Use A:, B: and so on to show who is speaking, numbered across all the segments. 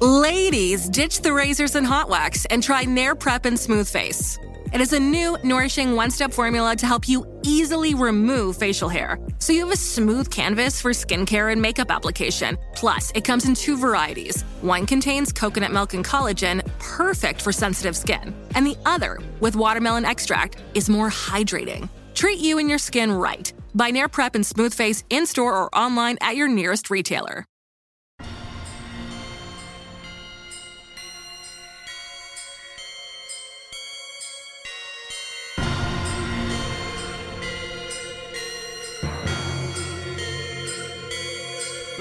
A: Ladies, ditch the razors and hot wax and try Nair Prep and Smooth Face. It is a new, nourishing one step formula to help you easily remove facial hair. So you have a smooth canvas for skincare and makeup application. Plus, it comes in two varieties. One contains coconut milk and collagen, perfect for sensitive skin. And the other, with watermelon extract, is more hydrating. Treat you and your skin right. Buy Nair Prep and Smooth Face in store or online at your nearest retailer.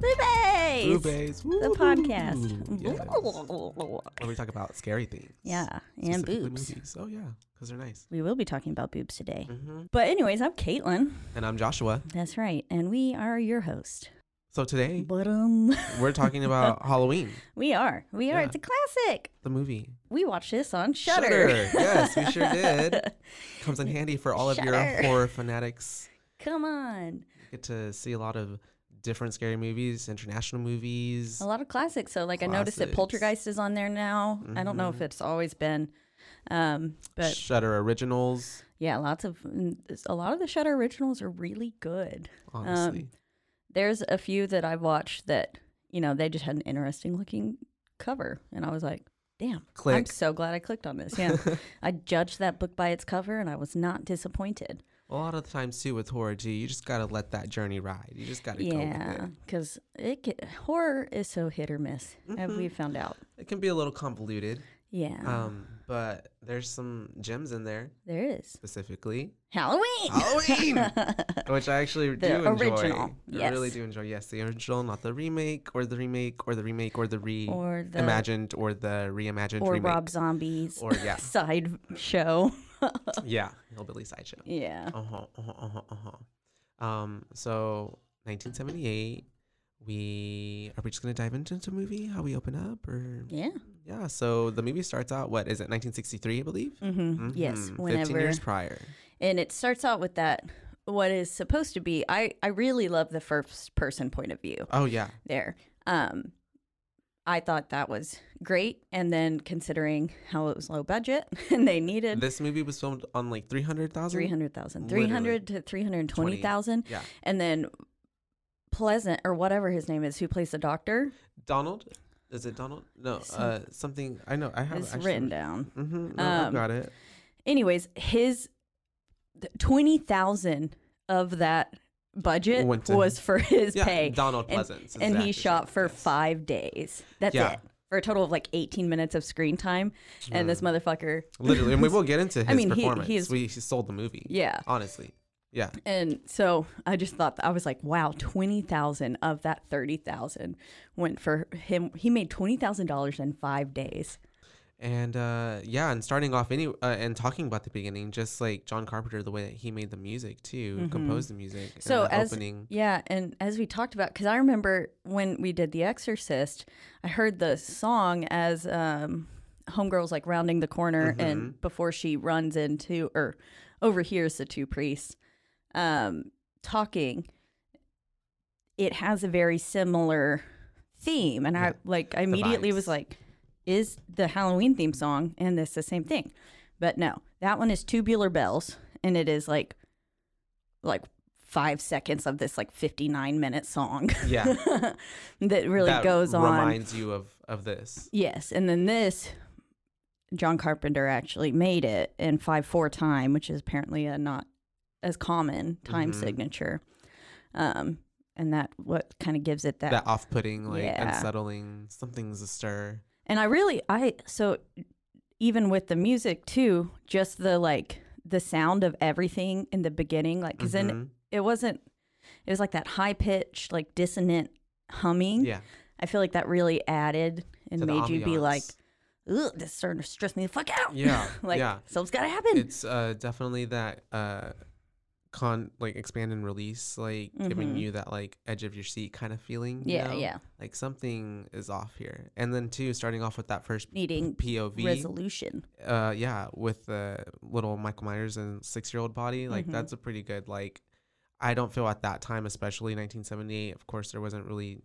B: Boobies!
C: boobies.
B: The podcast.
C: And we talk about scary things.
B: Yeah, and
C: specifically
B: boobs.
C: Movies. Oh, yeah, because they're nice.
B: We will be talking about boobs today.
C: hmm
B: But, anyways, I'm Caitlin.
C: And I'm Joshua.
B: That's right. And we are your host.
C: So today,
B: But, um,
C: we're talking about Halloween,
B: we are. We are.
C: Yeah.
B: It's a classic.
C: the movie.
B: We watched this on Shutter.
C: Yes, we sure did. Comes in handy for all of your
B: Shudder.
C: horror fanatics.
B: Come on.
C: You get to see a lot of different scary movies, international movies.
B: A lot of classics. So, like, I noticed that
C: Classics. Mm-hmm.
B: Poltergeist is on there now. I don't know if it's always been. Um, but
C: Shutter originals,
B: yeah, lots of mm, a lot of the Shutter originals are really good.
C: honestly.
B: Um, there's a few that I've watched that you know they just had an interesting looking cover, and I was like, "Damn, I'm
C: Click.
B: so glad I clicked on this." Yeah, I judged that book by its cover, and I was not disappointed.
C: a lot of the times too with horror, too, you just gotta let that journey ride. You just gotta go with
B: Yeah,
C: it.
B: because it ca- horror is so hit or miss, as we found out.
C: It can be a little convoluted,
B: Yeah,
C: Mm-hmm. um, but there's some gems in there
B: there is
C: specifically
B: Halloween.
C: Halloween, which I actually
B: The
C: do enjoy.
B: original,
C: I really
B: yes.
C: do enjoy. Yes, the original, not the remake, or the remake, or the remake, or the re
B: Or the-
C: imagined, or the reimagined
B: or
C: remake,
B: Rob Zombie's
C: or yeah,
B: side show.
C: yeah, hillbilly sideshow.
B: yeah,
C: Uh huh. Uh huh. Uh huh. Uh-huh. Um. So 1978. We are we just gonna dive into the movie? How we open up, or
B: yeah,
C: yeah? So the movie starts out. What is it? 1963, I believe.
B: hmm yes.
C: Mhm,
B: Whenever
C: 15 years prior.
B: and it starts out with that what is supposed to be i i really love the first person point of view
C: Oh yeah.
B: there um i thought that was great and then considering how it was low budget and they needed
C: This movie was filmed on like 300,000.
B: 300,000
C: Literally.
B: 300 to 320,000
C: Yeah.
B: and then pleasant or whatever his name is who plays the doctor
C: Donald? Is it Donald? No.
B: Some-
C: Uh, something. I know. I have
B: is written down
C: Mm-hmm, no, I've
B: Um,
C: got it.
B: anyways his th- 20,000 of that budget
C: Went to-
B: was for his
C: Yeah,
B: pay
C: Donald
B: and,
C: Pleasance. is
B: and
C: the
B: he
C: actor's
B: shot
C: name,
B: for
C: yes.
B: five days. That's
C: Yeah.
B: it. For a total of like 18 minutes of screen time. And this motherfucker.
C: Literally, and we will get into his
B: I mean, he- he
C: performance.
B: is-
C: we, he sold the movie.
B: Yeah.
C: Honestly. Yeah.
B: And so I just thought, I was like, wow, 20,000 of that 30,000 went for him. He made $20,000 in five days.
C: And uh, yeah, and starting off any uh, and talking about the beginning, just like John Carpenter, the way that he made the music too, composed the music. and
B: Mm-hmm. So
C: the
B: as
C: opening,
B: yeah, and as we talked about, because I remember when we did The Exorcist, I heard the song
C: Mm-hmm.
B: as um, Homegirl's like rounding the corner, and before she runs into or overhears the two priests um, talking. It has a very similar theme, and I
C: Yeah,
B: like I immediately
C: vibes.
B: was like, "Is the Halloween theme song and this the same thing?" But no, that one is Tubular Bells, and it is like like five seconds of this like 59 minute song
C: Yeah.
B: that really
C: that
B: goes on
C: Reminds you of of this.
B: Yes, and then this John Carpenter actually made it in five four time, which is apparently a not as common time
C: Mhm.
B: signature, um, and that what kind of gives it that.
C: That off putting, like
B: Yeah.
C: unsettling. Something's astir.
B: And I really I so even with the music too, just the like the sound of everything in the beginning, like because then
C: Mhm.
B: it wasn't, it was like that high pitched like dissonant humming.
C: Yeah.
B: I feel like that really added and
C: to the
B: made you be like,
C: ambiance.
B: ugh, this is starting to stress me the fuck out.
C: Yeah,
B: like,
C: yeah.
B: something's got to happen.
C: it's uh definitely that uh con like expand and release like giving
B: Mhm.
C: you that like edge of your seat kind of feeling you
B: yeah,
C: know?
B: yeah.
C: like something is off here and then too starting off with that first
B: Needing
C: pov
B: resolution.
C: uh yeah with the little michael myers and six year old body like
B: Mhm.
C: that's a pretty good like i don't feel at that time especially 1978 of course there wasn't really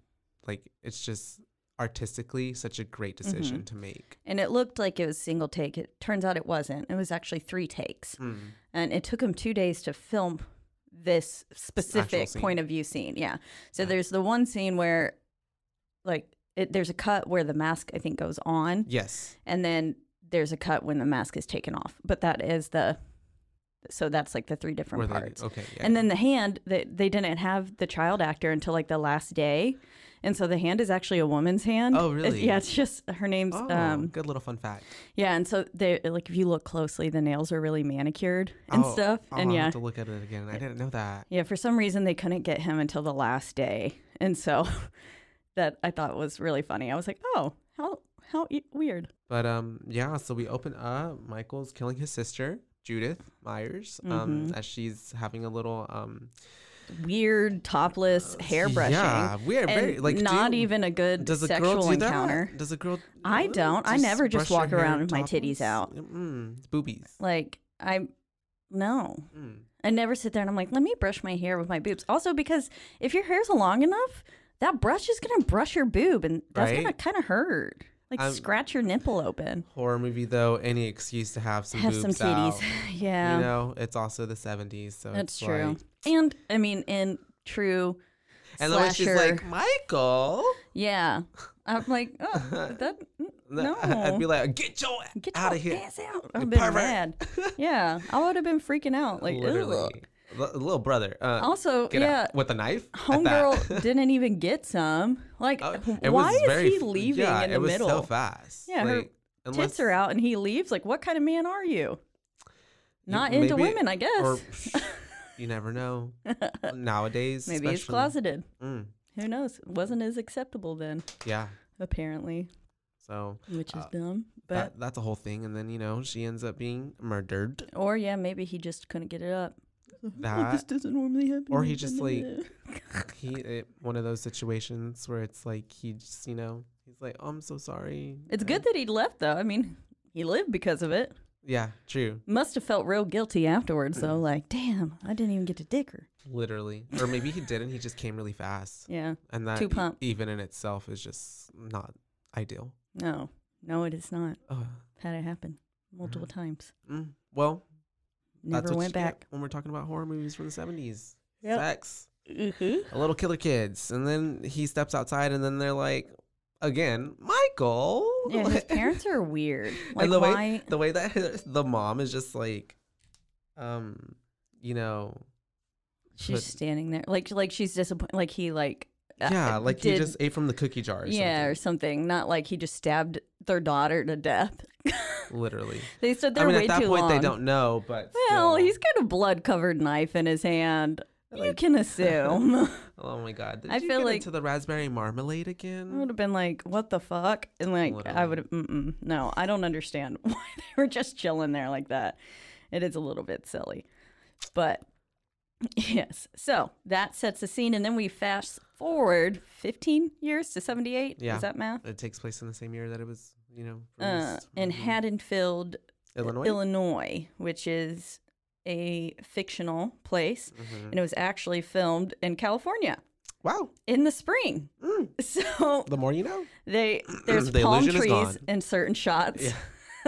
C: like it's just artistically such a great decision
B: Mm-hmm.
C: to make
B: And it looked like it was single take. It turns out it wasn't. It was actually three takes.
C: Mm.
B: And it took him two days to film this specific
C: scene.
B: point of view scene. Yeah. So there's the one scene where, like, it, there's a cut where the mask, I think, goes on.
C: yes
B: and then there's a cut when the mask is taken off. But that is the so that's like the three different
C: Where they-
B: parts.
C: okay yeah,
B: And then the hand that they, didn't have the child actor until like the last day, and so the hand is actually a woman's hand.
C: Oh,
B: It's-
C: really?
B: yeah, it's just her name's
C: oh,
B: um
C: good little fun fact
B: yeah, and so they like if you look closely, the nails are really manicured and
C: Oh,
B: stuff,
C: I'll
B: and
C: have
B: yeah.
C: to look at it again. I didn't know that.
B: Yeah, for some reason they couldn't get him until the last day, and so that I thought was really funny. I was like, "Oh, how how e- weird!"
C: But um, yeah. So we open up. Michael's killing his sister Judith Myers
B: Mm-hmm.
C: um, as she's having a little um
B: weird topless hair brushing.
C: Uh, Yeah, weird.
B: and
C: Very like do
B: not
C: you-
B: even a good
C: Does a
B: sexual
C: girl do that?
B: encounter.
C: Does a girl?
B: I
C: uh,
B: don't. I never just
C: brush her
B: walk
C: hair
B: around with my titties
C: topless?
B: out.
C: Mm-mm, it's boobies.
B: Like I no.
C: Mm.
B: I never sit there and I'm like, let me brush my hair with my boobs. Also because if your hair's long enough, that brush is gonna brush your boob and that's gonna
C: Right.
B: kinda hurt. Like
C: I'm-
B: scratch your nipple open.
C: Horror movie though, any excuse to have some
B: Have some
C: boobs
B: titties.
C: out.
B: yeah.
C: You know, it's also the '70s, so
B: that's
C: it's
B: true.
C: like-
B: and I mean in true
C: and the way she's
B: slasher-
C: like, Michael.
B: Yeah. I'm like, oh, that
C: No.
B: no.
C: I'd be like, get your
B: Get
C: out
B: your
C: of here.
B: ass out. I've
C: you
B: been
C: pervert."
B: mad. Yeah, I would have been freaking out. Like,
C: Literally.
B: ugh.
C: L- little brother. Uh,
B: Also,
C: get
B: yeah,
C: out. With a knife? At that.
B: homegirl didn't even get some. Like,
C: Oh,
B: wh-
C: it
B: why
C: was
B: is
C: very
B: he
C: f-
B: leaving
C: yeah,
B: in the
C: it was
B: middle?
C: so fast.
B: Yeah, her
C: Like,
B: Tits are out and he leaves. Like, what kind of man are you? Not into
C: maybe-
B: women, I guess.
C: Or, you never know. Nowadays,
B: Maybe he's
C: especially.
B: closeted.
C: Mm,
B: Who knows? Wasn't as acceptable then,
C: yeah.
B: apparently,
C: So
B: which is
C: Uh,
B: dumb. But
C: that, that's a whole thing. And then, you know, she ends up being murdered.
B: or yeah, maybe he just couldn't get it up.
C: That-
B: this doesn't normally happen.
C: or he just, like, He it, One of those situations where it's like he just, you know, he's like, oh, I'm so sorry.
B: It's
C: I-
B: good that he left though. I mean, he lived because of it.
C: Yeah, true.
B: Must have felt real guilty afterwards though.
C: Mm.
B: Like, damn, I didn't even get to dick her.
C: Literally. Or maybe he didn't. He just came really fast.
B: Yeah.
C: And that
B: Too
C: e-
B: plump.
C: even in itself is just not ideal.
B: No. No, it is not.
C: Uh,
B: Had it happen multiple times.
C: mm, well, that's
B: Never
C: what
B: went
C: you get
B: back.
C: when we're talking about horror movies from the 70s.
B: Yep.
C: Sex,
B: Mm-hmm.
C: a little killer kids. And then he steps outside and then they're like, again, Michael.
B: Yeah, his parents are weird. Like,
C: and the
B: why?
C: way the way that the mom is just like um you know
B: she's
C: put-
B: standing there. Like, like she's disappointed. Like, he, like, uh,
C: yeah like he
B: did-
C: just ate from the cookie jar or
B: yeah, or something. Not like he just stabbed their daughter to death.
C: something, literally
B: they stood there
C: I mean,
B: way
C: at that
B: too
C: point,
B: long.
C: they don't know, but
B: Well,
C: still.
B: he's got a blood covered knife in his hand. You
C: Like-
B: can assume.
C: Oh my god! Did
B: I
C: you
B: feel
C: get
B: like-
C: into the raspberry marmalade
B: I would
C: again.
B: have been like, "What the fuck?" And like, I
C: Literally.
B: would have, mm no, I don't understand why they were just chilling there like that. It is a little bit silly, but yes. So that sets the scene, and then we fast forward 15 years to 78.
C: Yeah.
B: Is that math?
C: It takes place in the same year that it was, you know,
B: Uh,
C: released.
B: in
C: Mhm.
B: Haddonfield,
C: Illinois.
B: Illinois, which is a fictional place,
C: Mhm.
B: and it was actually filmed in California
C: Wow.
B: in the spring.
C: Mm.
B: So
C: The more you know.
B: they there's
C: The
B: palm
C: illusion is
B: trees
C: gone.
B: in certain shots.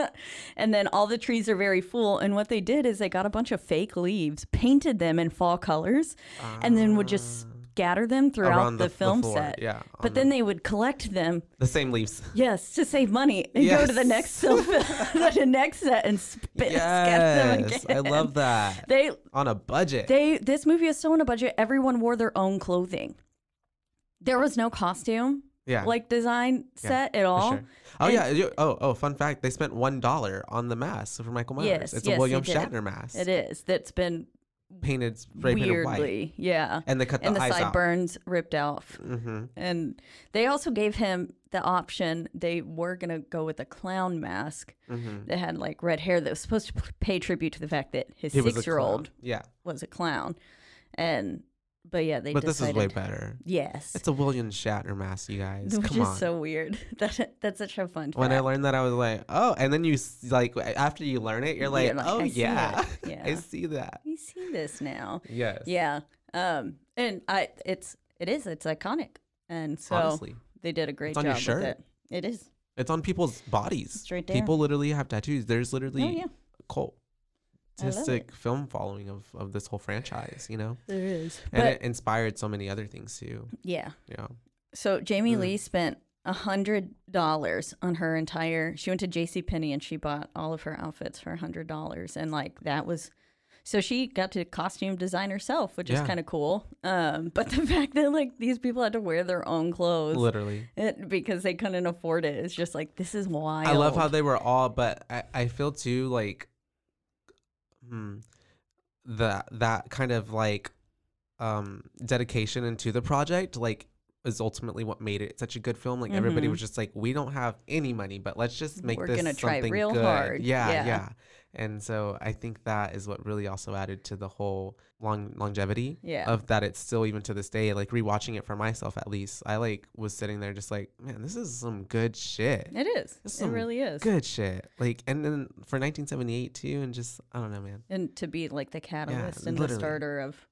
B: and then all the trees are very full. And what they did is they got a bunch of fake leaves, painted them in fall colors, and then would just scatter them throughout
C: Ah. Around
B: the,
C: the- the
B: film
C: floor,
B: set.
C: yeah,
B: But
C: on
B: then they would collect them,
C: The same leaves.
B: yes, to save money and go to the next film, the next set and spit, scatter them
C: Yes.
B: again.
C: I love that.
B: They
C: On a budget.
B: they this movie is so on a budget. Everyone wore their own clothing. There was no costume
C: yeah.
B: like design
C: Yeah,
B: set at
C: for
B: all.
C: sure. Oh
B: And-
C: yeah. you- Oh oh. Fun fact: They spent one dollar on the mask for Michael Myers.
B: Yes, yes,
C: it's a
B: they
C: William
B: did.
C: Shatner mask.
B: It is that's been
C: Painted spray painted white.
B: weirdly, yeah.
C: And they cut the
B: and the
C: eyes out.
B: sideburns ripped off.
C: Mm-hmm.
B: And they also gave him the option. They were gonna go with a clown mask
C: Mm-hmm.
B: that had like red hair that was supposed to p- pay tribute to the fact that his six-year-old
C: Yeah.
B: was a clown. And but yeah, they
C: But this is
B: decided.
C: way better.
B: Yes,
C: It's a William Shatner mask, you guys.
B: which
C: Come
B: is
C: on.
B: so weird. that that's such a fun.
C: when I
B: fact.
C: learned that, I was like, oh. And then you s- like after you learn it, you're like,
B: You're like,
C: oh
B: I see
C: yeah,
B: it.
C: I
B: Yeah.
C: see that.
B: we see this now.
C: Yes.
B: Yeah. Um. And I, it's it is it's iconic, and so
C: Honestly,
B: they did a great
C: It's on
B: job
C: your shirt.
B: with it. It is.
C: it's on people's bodies.
B: It's right there.
C: People literally have tattoos. There's literally
B: Oh yeah,
C: a cult.
B: I love it.
C: Artistic film following of, of this whole franchise, you know,
B: there is.
C: and
B: But
C: it inspired so many other things too.
B: yeah.
C: Yeah,
B: So Jamie
C: Mm.
B: Lee spent a hundred dollars on her entire. She went to J.C. Penney and she bought all of her outfits for a hundred dollars, and like that was. So she got to costume design herself, which
C: Yeah.
B: is kind of cool. Um, but the fact that like these people had to wear their own clothes
C: literally.
B: it, because they couldn't afford it is just like this is wild.
C: I love how they were all, but I, I feel too like, hmm, that that kind of like, um, dedication into the project like is ultimately what made it such a good film. Like everybody
B: Mhm.
C: was just like, we don't have any money, but let's just make
B: We're
C: this
B: gonna try
C: something
B: real
C: good.
B: hard.
C: Yeah, yeah,
B: Yeah.
C: And so I think that is what really also added to the whole long longevity
B: Yeah.
C: of that. It's still even to this day, like rewatching it for myself at least. I like was sitting there just like, man, this is some good shit
B: it is.
C: This is
B: It
C: some
B: really is.
C: good shit. Like, and then for 1978 too, and just I don't know, man.
B: And to be like the catalyst and the
C: literally.
B: starter of,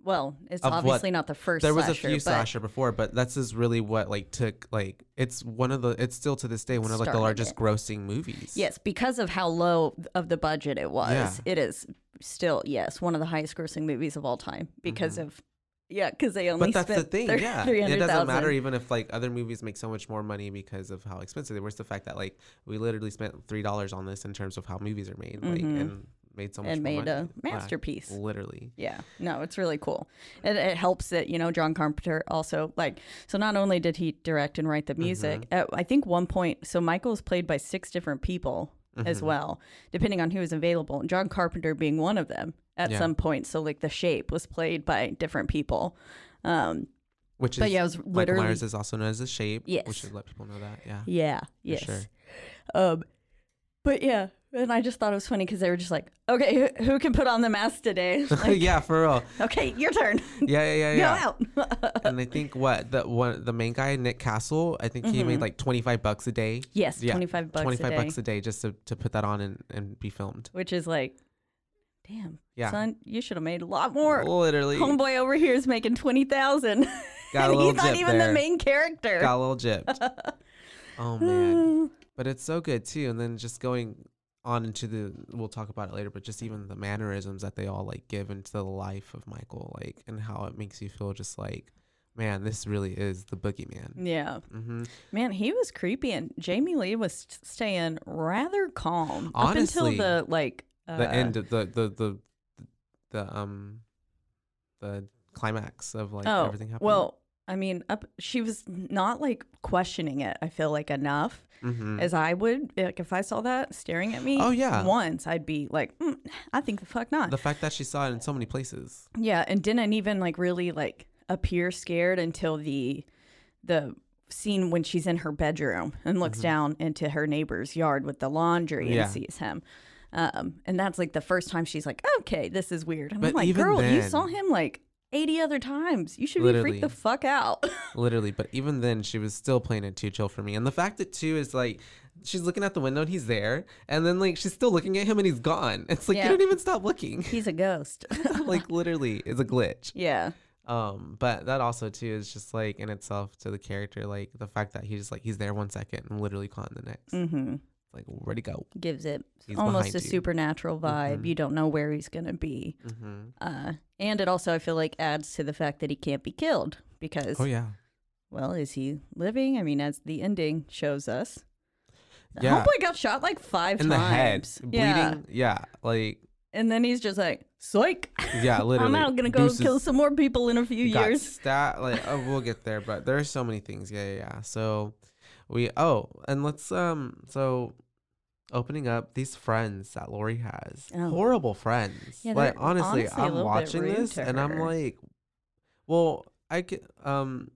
B: well, it's
C: Of what-
B: obviously not the first.
C: There was
B: slasher,
C: a few
B: but
C: slasher before, but this is really what like took like it's one of the it's still to this day one of like the
B: Started
C: largest
B: it.
C: grossing movies.
B: Yes, because of how low of the budget it was,
C: Yeah.
B: it is still yes one of the highest grossing movies of all time because of yeah because they only
C: Mm-hmm. But that's
B: spent
C: the thing,
B: thir-
C: yeah. It
B: 300,000.
C: doesn't matter even if like other movies make so much more money because of how expensive they were. It's the fact that like we literally spent three dollars on this in terms of how movies are made, like
B: Mhm.
C: and made so much
B: and
C: more
B: made
C: money.
B: a
C: Yeah,
B: masterpiece.
C: literally.
B: Yeah, no, it's really cool. It, it helps that you know John Carpenter also like so. Not only did he direct and write the music,
C: Mm-hmm.
B: at, I think one point so Michael's played by six different people
C: Mm-hmm.
B: as well, depending on who is available, and John Carpenter being one of them at
C: Yeah.
B: some point. So like the shape was played by different people. Um,
C: Which is
B: But yeah, it was
C: Michael
B: literally-
C: Myers is also known as the shape. We
B: Yes.
C: should let people know that. Yeah.
B: yeah, yes.
C: sure.
B: Um, but yeah, and I just thought it was funny because they were just like, okay, who, who can put on the mask today? Like,
C: yeah, for real.
B: okay, your turn.
C: Yeah, yeah, yeah,
B: Go
C: yeah.
B: out.
C: and I think what the one the main guy Nick Castle, I think he made like twenty five bucks a day.
B: Mm-hmm. Yes,
C: Yeah,
B: 25 bucks
C: 25
B: a day,
C: bucks a day just to, to put that on and, and be filmed.
B: which is like, damn,
C: Yeah.
B: son, you should have made a lot more.
C: Literally
B: Homeboy over here is making 20,000.
C: got a
B: and
C: little
B: he's not
C: gypped
B: even
C: there.
B: the main character.
C: Got a little gypped. oh man, but it's so good too. And then just going on into the we'll talk about it later, but just even the mannerisms that they all like give into the life of Michael, like and how it makes you feel just like, man, this really is the boogeyman.
B: yeah.
C: Mm-hmm.
B: Man, he was creepy and Jamie Lee was st- staying rather calm up
C: Honestly,
B: until the like uh,
C: the end of the the the the um the climax of like
B: oh,
C: everything happening.
B: Well, I mean, up she was not like questioning it. I feel like enough
C: Mhm.
B: as I would like if I saw that staring at me.
C: Oh, yeah.
B: once I'd be like, mm, I think the fuck not.
C: the fact that she saw it in so many places.
B: yeah, and didn't even like really like appear scared until the the scene when she's in her bedroom and looks down into her neighbor's yard with the laundry
C: Mm-hmm. Yeah.
B: and sees him. Um, and that's like the first time she's like, okay, this is weird. And
C: But
B: I'm like,
C: even
B: girl, you
C: then-
B: saw him like 80 other times. You should be freaked the
C: Literally.
B: fuck out.
C: Literally, but even then, she was still playing it too chill for me. And the fact that two is like, she's looking out the window and he's there, and then like she's still looking at him and he's gone. It's like
B: Yeah.
C: you didn't even stop looking.
B: He's a ghost.
C: like literally, it's a glitch.
B: yeah.
C: Um, but that also too is just like in itself to the character, like the fact that he's like he's there one second and literally gone the next.
B: Mm-hmm.
C: Like where'd he go?
B: Gives it
C: He's
B: almost
C: behind
B: a
C: you.
B: supernatural vibe.
C: Mhm.
B: You don't know where he's going to be.
C: Mm-hmm.
B: Uh, and it also, I feel like, adds to the fact that he can't be killed because,
C: Oh yeah,
B: well, is he living? I mean, as the ending shows us, the
C: Yeah.
B: homeboy got shot like five
C: in the head,
B: times.
C: bleeding.
B: yeah.
C: Yeah, like
B: And then he's just like, psych.
C: yeah, literally.
B: I'm out going to go
C: Deuces
B: kill some more people in a few
C: got
B: years.
C: Stat like oh, we'll get there, but there are so many things. Yeah, yeah, yeah. So we oh, and let's um so opening up these friends that Lori has.
B: Oh.
C: Horrible friends.
B: Yeah,
C: like
B: they're
C: honestly,
B: honestly a
C: I'm
B: little bit
C: watching
B: rude
C: this
B: to
C: and I'm
B: her.
C: like well, I could um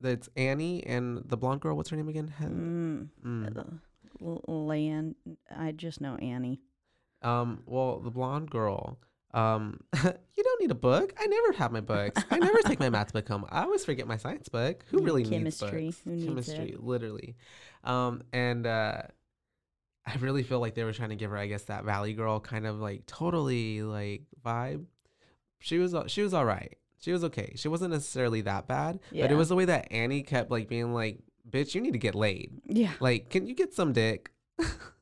C: that's Annie and the blonde girl, what's her name again? Hen-
B: Mm,
C: mm.
B: uh, l- Land. I just know Annie.
C: Um, well, the blonde girl. Um, you don't need a book. I never have my books. I never take my math book home. I always forget my science book. Who
B: Yeah,
C: really
B: chemistry.
C: needs books?
B: Who needs it?
C: chemistry, literally. Um, and uh, I really feel like they were trying to give her, I guess, that Valley Girl kind of like totally like vibe. She was a- she was all right. She was okay. She wasn't necessarily that bad, but
B: Yeah.
C: it was the way that Annie kept like being like, "Bitch, you need to get laid.
B: Yeah.
C: Like, can you get some dick?"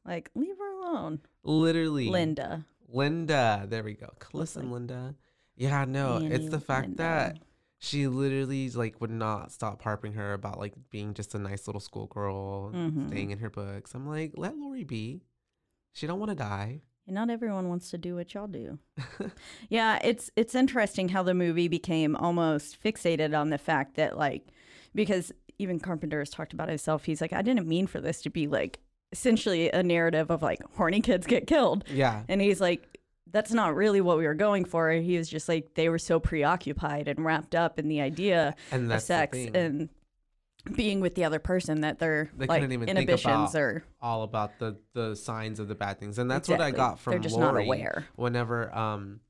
B: Like, leave her alone.
C: Literally,
B: Linda.
C: Linda. There we go. Calissa and Linda. Yeah, no, it's
B: Annie,
C: the fact
B: Linda.
C: that she literally like would not stop harping her about like being just a nice little schoolgirl,
B: Mhm.
C: staying in her books. I'm like, let Lori be. She don't want to die.
B: And not everyone wants to do what y'all do. yeah, it's it's interesting how the movie became almost fixated on the fact that like because even Carpenter has talked about himself, he's like, I didn't mean for this to be like essentially a narrative of like horny kids get killed.
C: Yeah.
B: And he's like, that's not really what we were going for. He was just like, they were so preoccupied and wrapped up in the idea
C: And
B: of
C: that's the
B: sex
C: thing.
B: and being with the other person that their
C: They
B: like
C: couldn't even think
B: inhibitions
C: about-
B: are.
C: all about the the signs of the bad things, and that's what I
B: Exactly.
C: got from
B: They're just not
C: Lori.
B: aware.
C: Whenever um,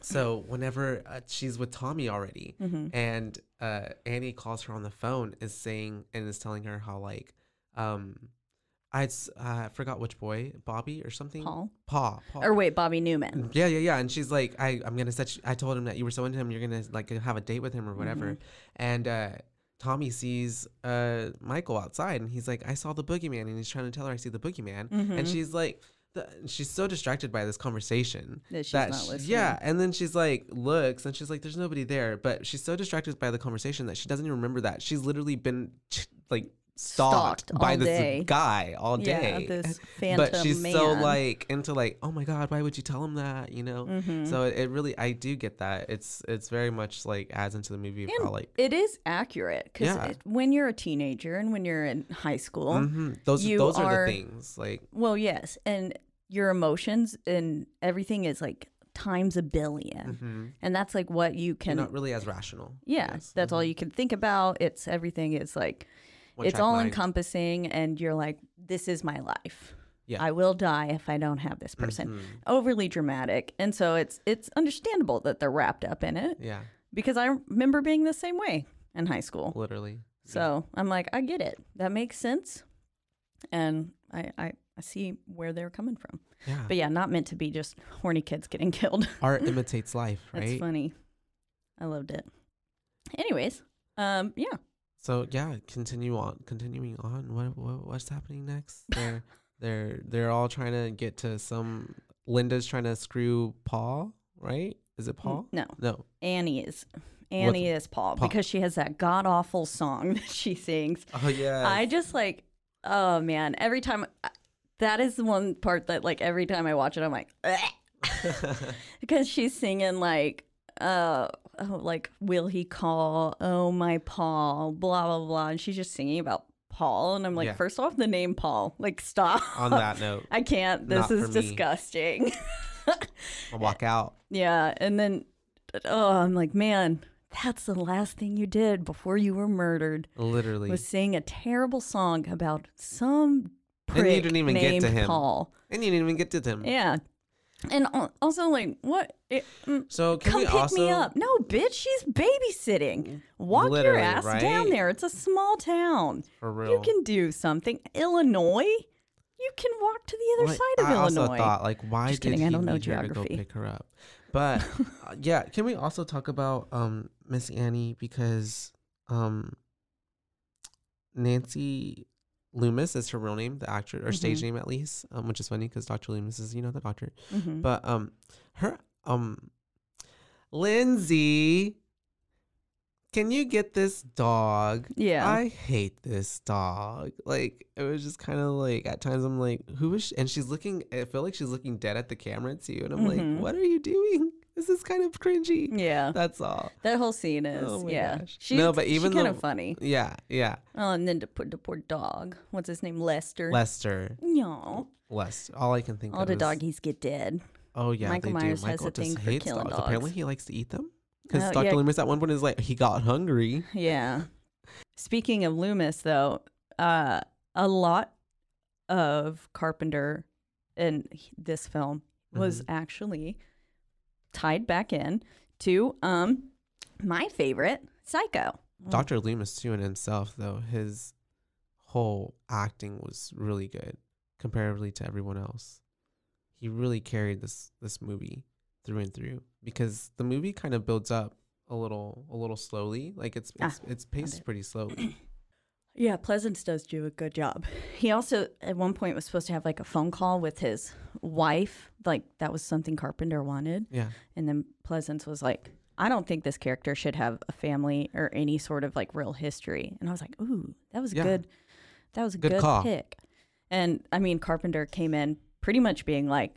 C: so whenever uh, she's with Tommy already,
B: Mm-hmm.
C: and uh, Annie calls her on the phone, is saying and is telling her how like um, I s- uh, forgot which boy, Bobby or something,
B: Paul?
C: Paul, Paul.
B: Or wait, Bobby Newman.
C: Yeah, yeah, yeah. And she's like, I, I'm gonna set. You, I told him that you were so into him, you're gonna like have a date with him or whatever.
B: Mm-hmm.
C: And uh, Tommy sees uh, Michael outside, and he's like, I saw the boogeyman, and he's trying to tell her I see the boogeyman,
B: Mm-hmm.
C: and she's like. The, she's so distracted by this conversation
B: That she's not listening.
C: yeah, and then she's like looks, and she's like, "There's nobody there," but she's so distracted by the conversation that she doesn't even remember that she's literally been ch- like stalked,
B: Stalked
C: by
B: all
C: this
B: day.
C: guy all
B: Yeah,
C: day.
B: this
C: but
B: phantom
C: she's so
B: man.
C: like like into like oh my god why would you tell him that you know
B: Mm-hmm.
C: so it, it really i do get that it's it's very much like adds into the movie about like
B: It is accurate because
C: Yeah.
B: when you're a teenager and when you're in high school,
C: mhm, those
B: you
C: those
B: are-
C: the things like
B: well, yes, and your emotions and everything is like times a 1000000000 and that's like what you
C: Mm-hmm. you're
B: can.
C: not really as rational
B: yeah,
C: Yes. Mm-hmm.
B: that's all you can think about. It's everything is like
C: One
B: it's
C: track
B: all
C: mind.
B: encompassing, and you're like, this is my life.
C: Yeah. Mm-hmm.
B: I will die if I don't have this person. Overly dramatic, and so it's it's understandable that they're wrapped up in it
C: yeah
B: because I remember being the same way in high school.
C: literally
B: So I'm like, I get it. That makes sense. And I, I, I see where they're coming from.
C: yeah
B: But yeah, not meant to be just horny kids getting killed.
C: art imitates life
B: That's
C: right
B: funny. I loved it. Anyways, um, yeah.
C: so yeah continue on continuing on what, what what's happening next they're they're they're all trying to get to some linda's trying to screw paul right is it paul
B: no.
C: no
B: Annie is Annie is Paul,
C: Paul.
B: because she has that god awful song that she sings.
C: oh yeah
B: I just like, oh man, every time I- that is the one part that like every time I watch it, I'm like, because she's singing like, uh, oh, like will he call? Oh my Paul, blah blah blah, and she's just singing about Paul, and I'm like,
C: Yeah.
B: first off, the name Paul, like stop.
C: on that note
B: I can't. This
C: Not
B: is
C: for me.
B: disgusting.
C: I'll walk out.
B: Yeah, and then oh, I'm like, man, that's the last thing you did before you were murdered
C: Literally.
B: was sing a terrible song about some
C: And you
B: prick
C: didn't even get
B: named
C: to him. Mm.
B: Paul.
C: And you didn't even get to them.
B: Yeah. And al- also, like, what? It, mm,
C: So can
B: come
C: we
B: pick
C: also Mm.
B: me up. No, bitch, she's babysitting. Walk your
C: Literally,
B: ass down
C: right?
B: there. It's a small town.
C: for real?
B: You can do something. Illinois? You can walk to the other
C: Like,
B: side of
C: I
B: Illinois.
C: also thought, like, why
B: Just
C: did
B: kidding, I
C: he
B: don't know
C: need her
B: geography.
C: to go pick her up? But uh, yeah, can we also talk about um Miss Annie because um Nancy Loomis is her real name, the actor or stage
B: Mm-hmm.
C: name at least, um, which is funny because Dr. Loomis is you know the doctor,
B: Mhm.
C: but um her um Lindsay. Can you get this dog?
B: Yeah.
C: I hate this dog. Like it was just kind of like at times I'm like, who is she? And she's looking. I feel like she's looking dead at the camera too. And I'm
B: Mhm.
C: like, what are you doing? This is kind of cringy.
B: yeah.
C: That's all.
B: That whole scene is,
C: Oh my
B: yeah.
C: gosh.
B: She's,
C: No, but even
B: kind
C: the-
B: of funny.
C: Yeah, yeah.
B: Oh, and then to put the poor dog. What's his name? Lester.
C: Lester,
B: No.
C: Lester. All I can think
B: All
C: of
B: the
C: is-
B: doggies get dead.
C: Oh yeah,
B: Michael
C: they
B: Myers
C: do.
B: has
C: Michael
B: a
C: just
B: thing for
C: hates
B: killing dogs.
C: Apparently, he likes to eat them. Because
B: Oh,
C: Dr.
B: yeah.
C: Loomis at one point is like, he got hungry.
B: Yeah. Speaking of Loomis, though, uh, a lot of Carpenter in h- this film was actually tied back in to um my favorite Psycho.
C: Dr. Loomis too in himself though, his whole acting was really good comparatively to everyone else. He really carried this this movie through and through because the movie kind of builds up a little a little slowly. Like it's
B: Ah,
C: it's, it's paced pretty slowly.
B: Yeah, Pleasance does do a good job. He also at one point was supposed to have like a phone call with his wife, like that was something Carpenter wanted.
C: yeah.
B: And then Pleasance was like, I don't think this character should have a family or any sort of like real history. And I was like, ooh, that was a
C: Yeah.
B: good. That was a good,
C: Good call.
B: pick. And I mean, Carpenter came in pretty much being like,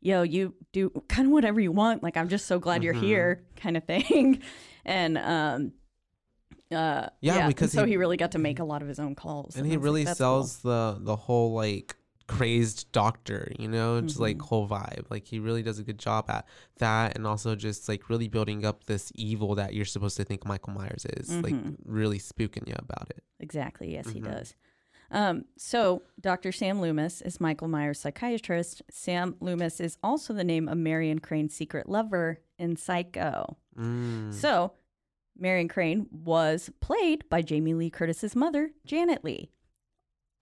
B: yo, you do kind of whatever you want. Like, I'm just so glad you're
C: Mhm.
B: here kind of thing. and, um, uh,
C: Yeah,
B: and
C: because
B: so he,
C: he-
B: really got to make a lot of his own calls,
C: And he
B: I was like,
C: really
B: "That's cool."
C: sells the the whole like crazed doctor, you know, just like
B: Mm-hmm.
C: whole vibe. Like he really does a good job at that and also just like really building up this evil that you're supposed to think Michael Myers is. Like
B: Mhm.
C: really spooking you about it.
B: Exactly. Yes, he
C: Mhm.
B: does. Um, so, Dr. Sam Loomis is Michael Myers' psychiatrist. Sam Loomis is also the name of Marion Crane's secret lover in Psycho.
C: Mm.
B: So, Marion Crane was played by Jamie Lee Curtis's mother, Janet Lee.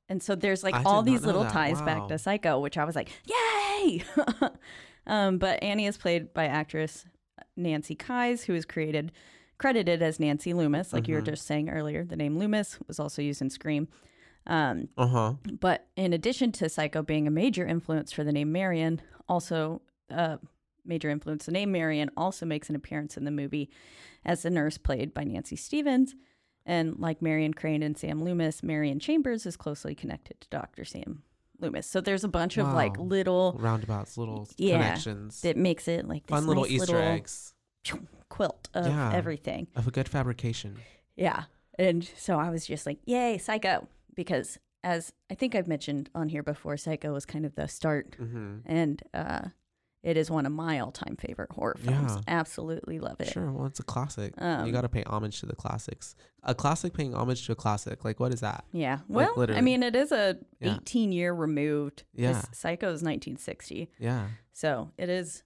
B: And so there's like
C: I
B: all
C: did not
B: these
C: know
B: little
C: that.
B: ties back
C: Wow.
B: to Psycho, which I was like, yay! um, but Annie is played by actress uh, Nancy Kies, who is created credited as Nancy Loomis, like you were
C: Mhm.
B: just saying earlier. The name Loomis was also used in Scream. Um,
C: Uh huh.
B: but in addition to Psycho being a major influence for the name Marion, also a major influence, the name Marion also makes an appearance in the movie as the nurse played by Nancy Stevens. And like Marion Crane and Sam Loomis, Marion Chambers is closely connected to Dr. Sam Loomis. So there's a bunch of like
C: Wow.
B: little
C: Roundabouts, little s-
B: Yeah,
C: connections,
B: that makes it like this
C: fun little
B: nice
C: Easter eggs
B: quilt of
C: Yeah.
B: everything.
C: of a good fabrication.
B: Yeah. And so I was just like, yay, Psycho. Because as I think I've mentioned on here before, Psycho was kind of the start.
C: Mm-hmm.
B: And uh, it is one of my all time favorite horror films.
C: Yeah.
B: Absolutely love it.
C: Sure, well, it's a classic.
B: Um,
C: you got to pay homage to the classics. A classic paying homage to a classic, like what is that?
B: Yeah. Well, I
C: literally.
B: mean, it is a
C: Yeah.
B: 18 year removed. 'cause
C: Yeah.
B: Psycho is 1960.
C: Yeah,
B: So it is,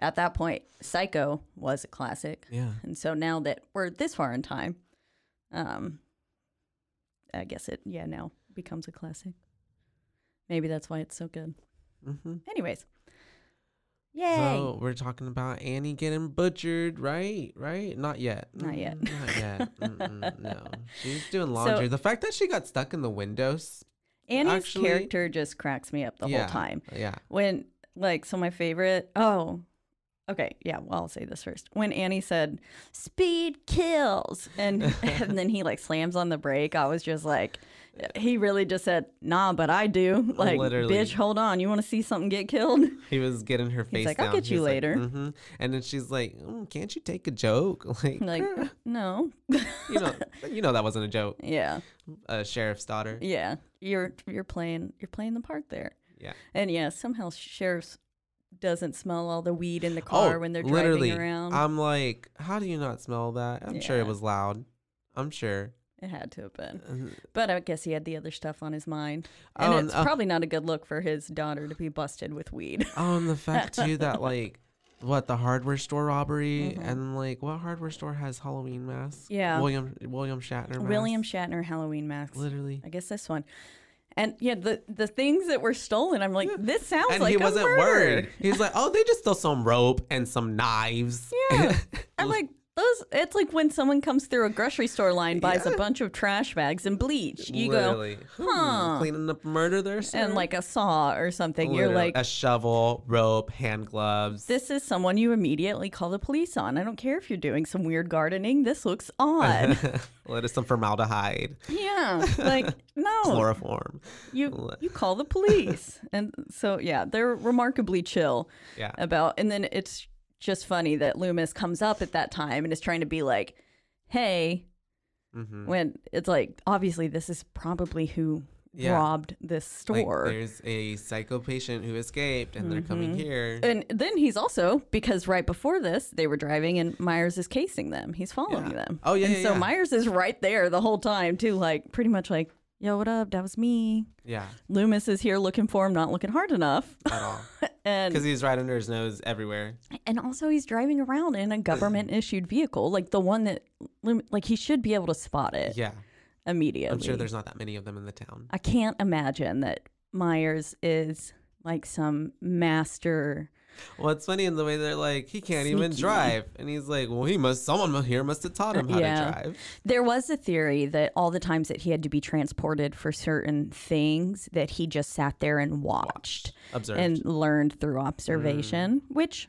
B: at that point, Psycho was a classic.
C: yeah.
B: And so now that we're this far in time, um, I guess it yeah now becomes a classic. Maybe that's why it's so good.
C: Mm-hmm.
B: Anyways, yay!
C: So we're talking about Annie getting butchered, right? Right? Not yet.
B: Not yet.
C: Mm, Not yet. Mm-mm, no, she's doing laundry. the fact that she got stuck in the windows
B: Annie's
C: actually-
B: character just cracks me up the
C: yeah,
B: whole time.
C: Yeah.
B: When like so, my favorite. Oh, okay, yeah. Well, I'll say this first. When Annie said "speed kills" and and then he like slams on the brake, I was just like. He really just said, "Nah, but I do." Like,
C: Literally.
B: bitch, hold on. You want to see something get killed?
C: He was getting her face
B: like,
C: down.
B: "I'll get you later."
C: hmm And then she's like, "Mm, "Can't you take a joke?" Like,
B: Like,
C: "Girl,
B: no.
C: you know, you know that wasn't a joke.
B: yeah.
C: A sheriff's daughter.
B: Yeah. You're you're playing you're playing the part there.
C: Yeah.
B: And yeah, somehow sheriffs doesn't smell all the weed
C: Oh,
B: in the car when they're driving around.
C: I'm like, how do you not smell that? I'm sure
B: Yeah.
C: it was loud. I'm sure.
B: It had to have been. But I guess he had the other stuff on his mind. And
C: Uh, Oh,
B: it's
C: no.
B: probably not a good look for his daughter to be busted with weed.
C: Oh, and the fact too that like, what the hardware store robbery and like what hardware store has Halloween masks?
B: Mm-hmm. Yeah.
C: William William Shatner. Masks.
B: William Shatner Halloween masks.
C: Literally.
B: I guess this one. And yeah, the, the things that were stolen, I'm like, this sounds
C: And
B: like
C: he
B: a
C: wasn't
B: murder.
C: worried. He was like, "Oh, they just stole some rope and some knives."
B: Yeah. I'm like, those it's like when someone comes through a grocery store line, buys a bunch of trash bags and bleach. You
C: Literally.
B: go, huh.
C: Hmm, cleaning up murder there, sir.
B: and like a saw or something. You're
C: Literally.
B: like
C: a shovel, rope, hand gloves.
B: this is someone you immediately call the police on. I don't care if you're doing some weird gardening. This looks odd.
C: Let us some formaldehyde,
B: yeah. Like, no.
C: chloroform.
B: You you call the police. And so yeah, they're remarkably chill
C: Yeah.
B: about and then it's just funny that Loomis comes up at that time and is trying to be like, Hey,
C: Mm-hmm.
B: when it's like obviously this is probably who
C: Yeah.
B: robbed this
C: Like,
B: store.
C: there's a psycho patient who escaped, and they're coming here.
B: Mm-hmm. and then he's also because right before this they were driving and Myers is casing them. He's following
C: Yeah.
B: them.
C: Oh, yeah,
B: And
C: yeah,
B: so
C: yeah.
B: Myers is right there the whole time too, like pretty much like, yo, what up? That was me.
C: yeah,
B: Loomis is here looking for him, not looking hard enough.
C: at all. Because
B: and
C: he's right under his nose everywhere.
B: and also he's driving around in a government issued vehicle, like the one that Loom- like he should be able to spot it
C: Yeah.
B: immediately.
C: I'm sure there's not that many of them in the town.
B: I can't imagine that Myers is like some master.
C: Well, it's funny in the way they're like, he can't even
B: Sneaky.
C: drive. And he's like, well, he must, someone here must have taught him how
B: yeah.
C: to drive.
B: There was a theory that all the times that he had to be transported for certain things, that he just sat there and watched,
C: Observed. Mm.
B: and learned through observation. Which,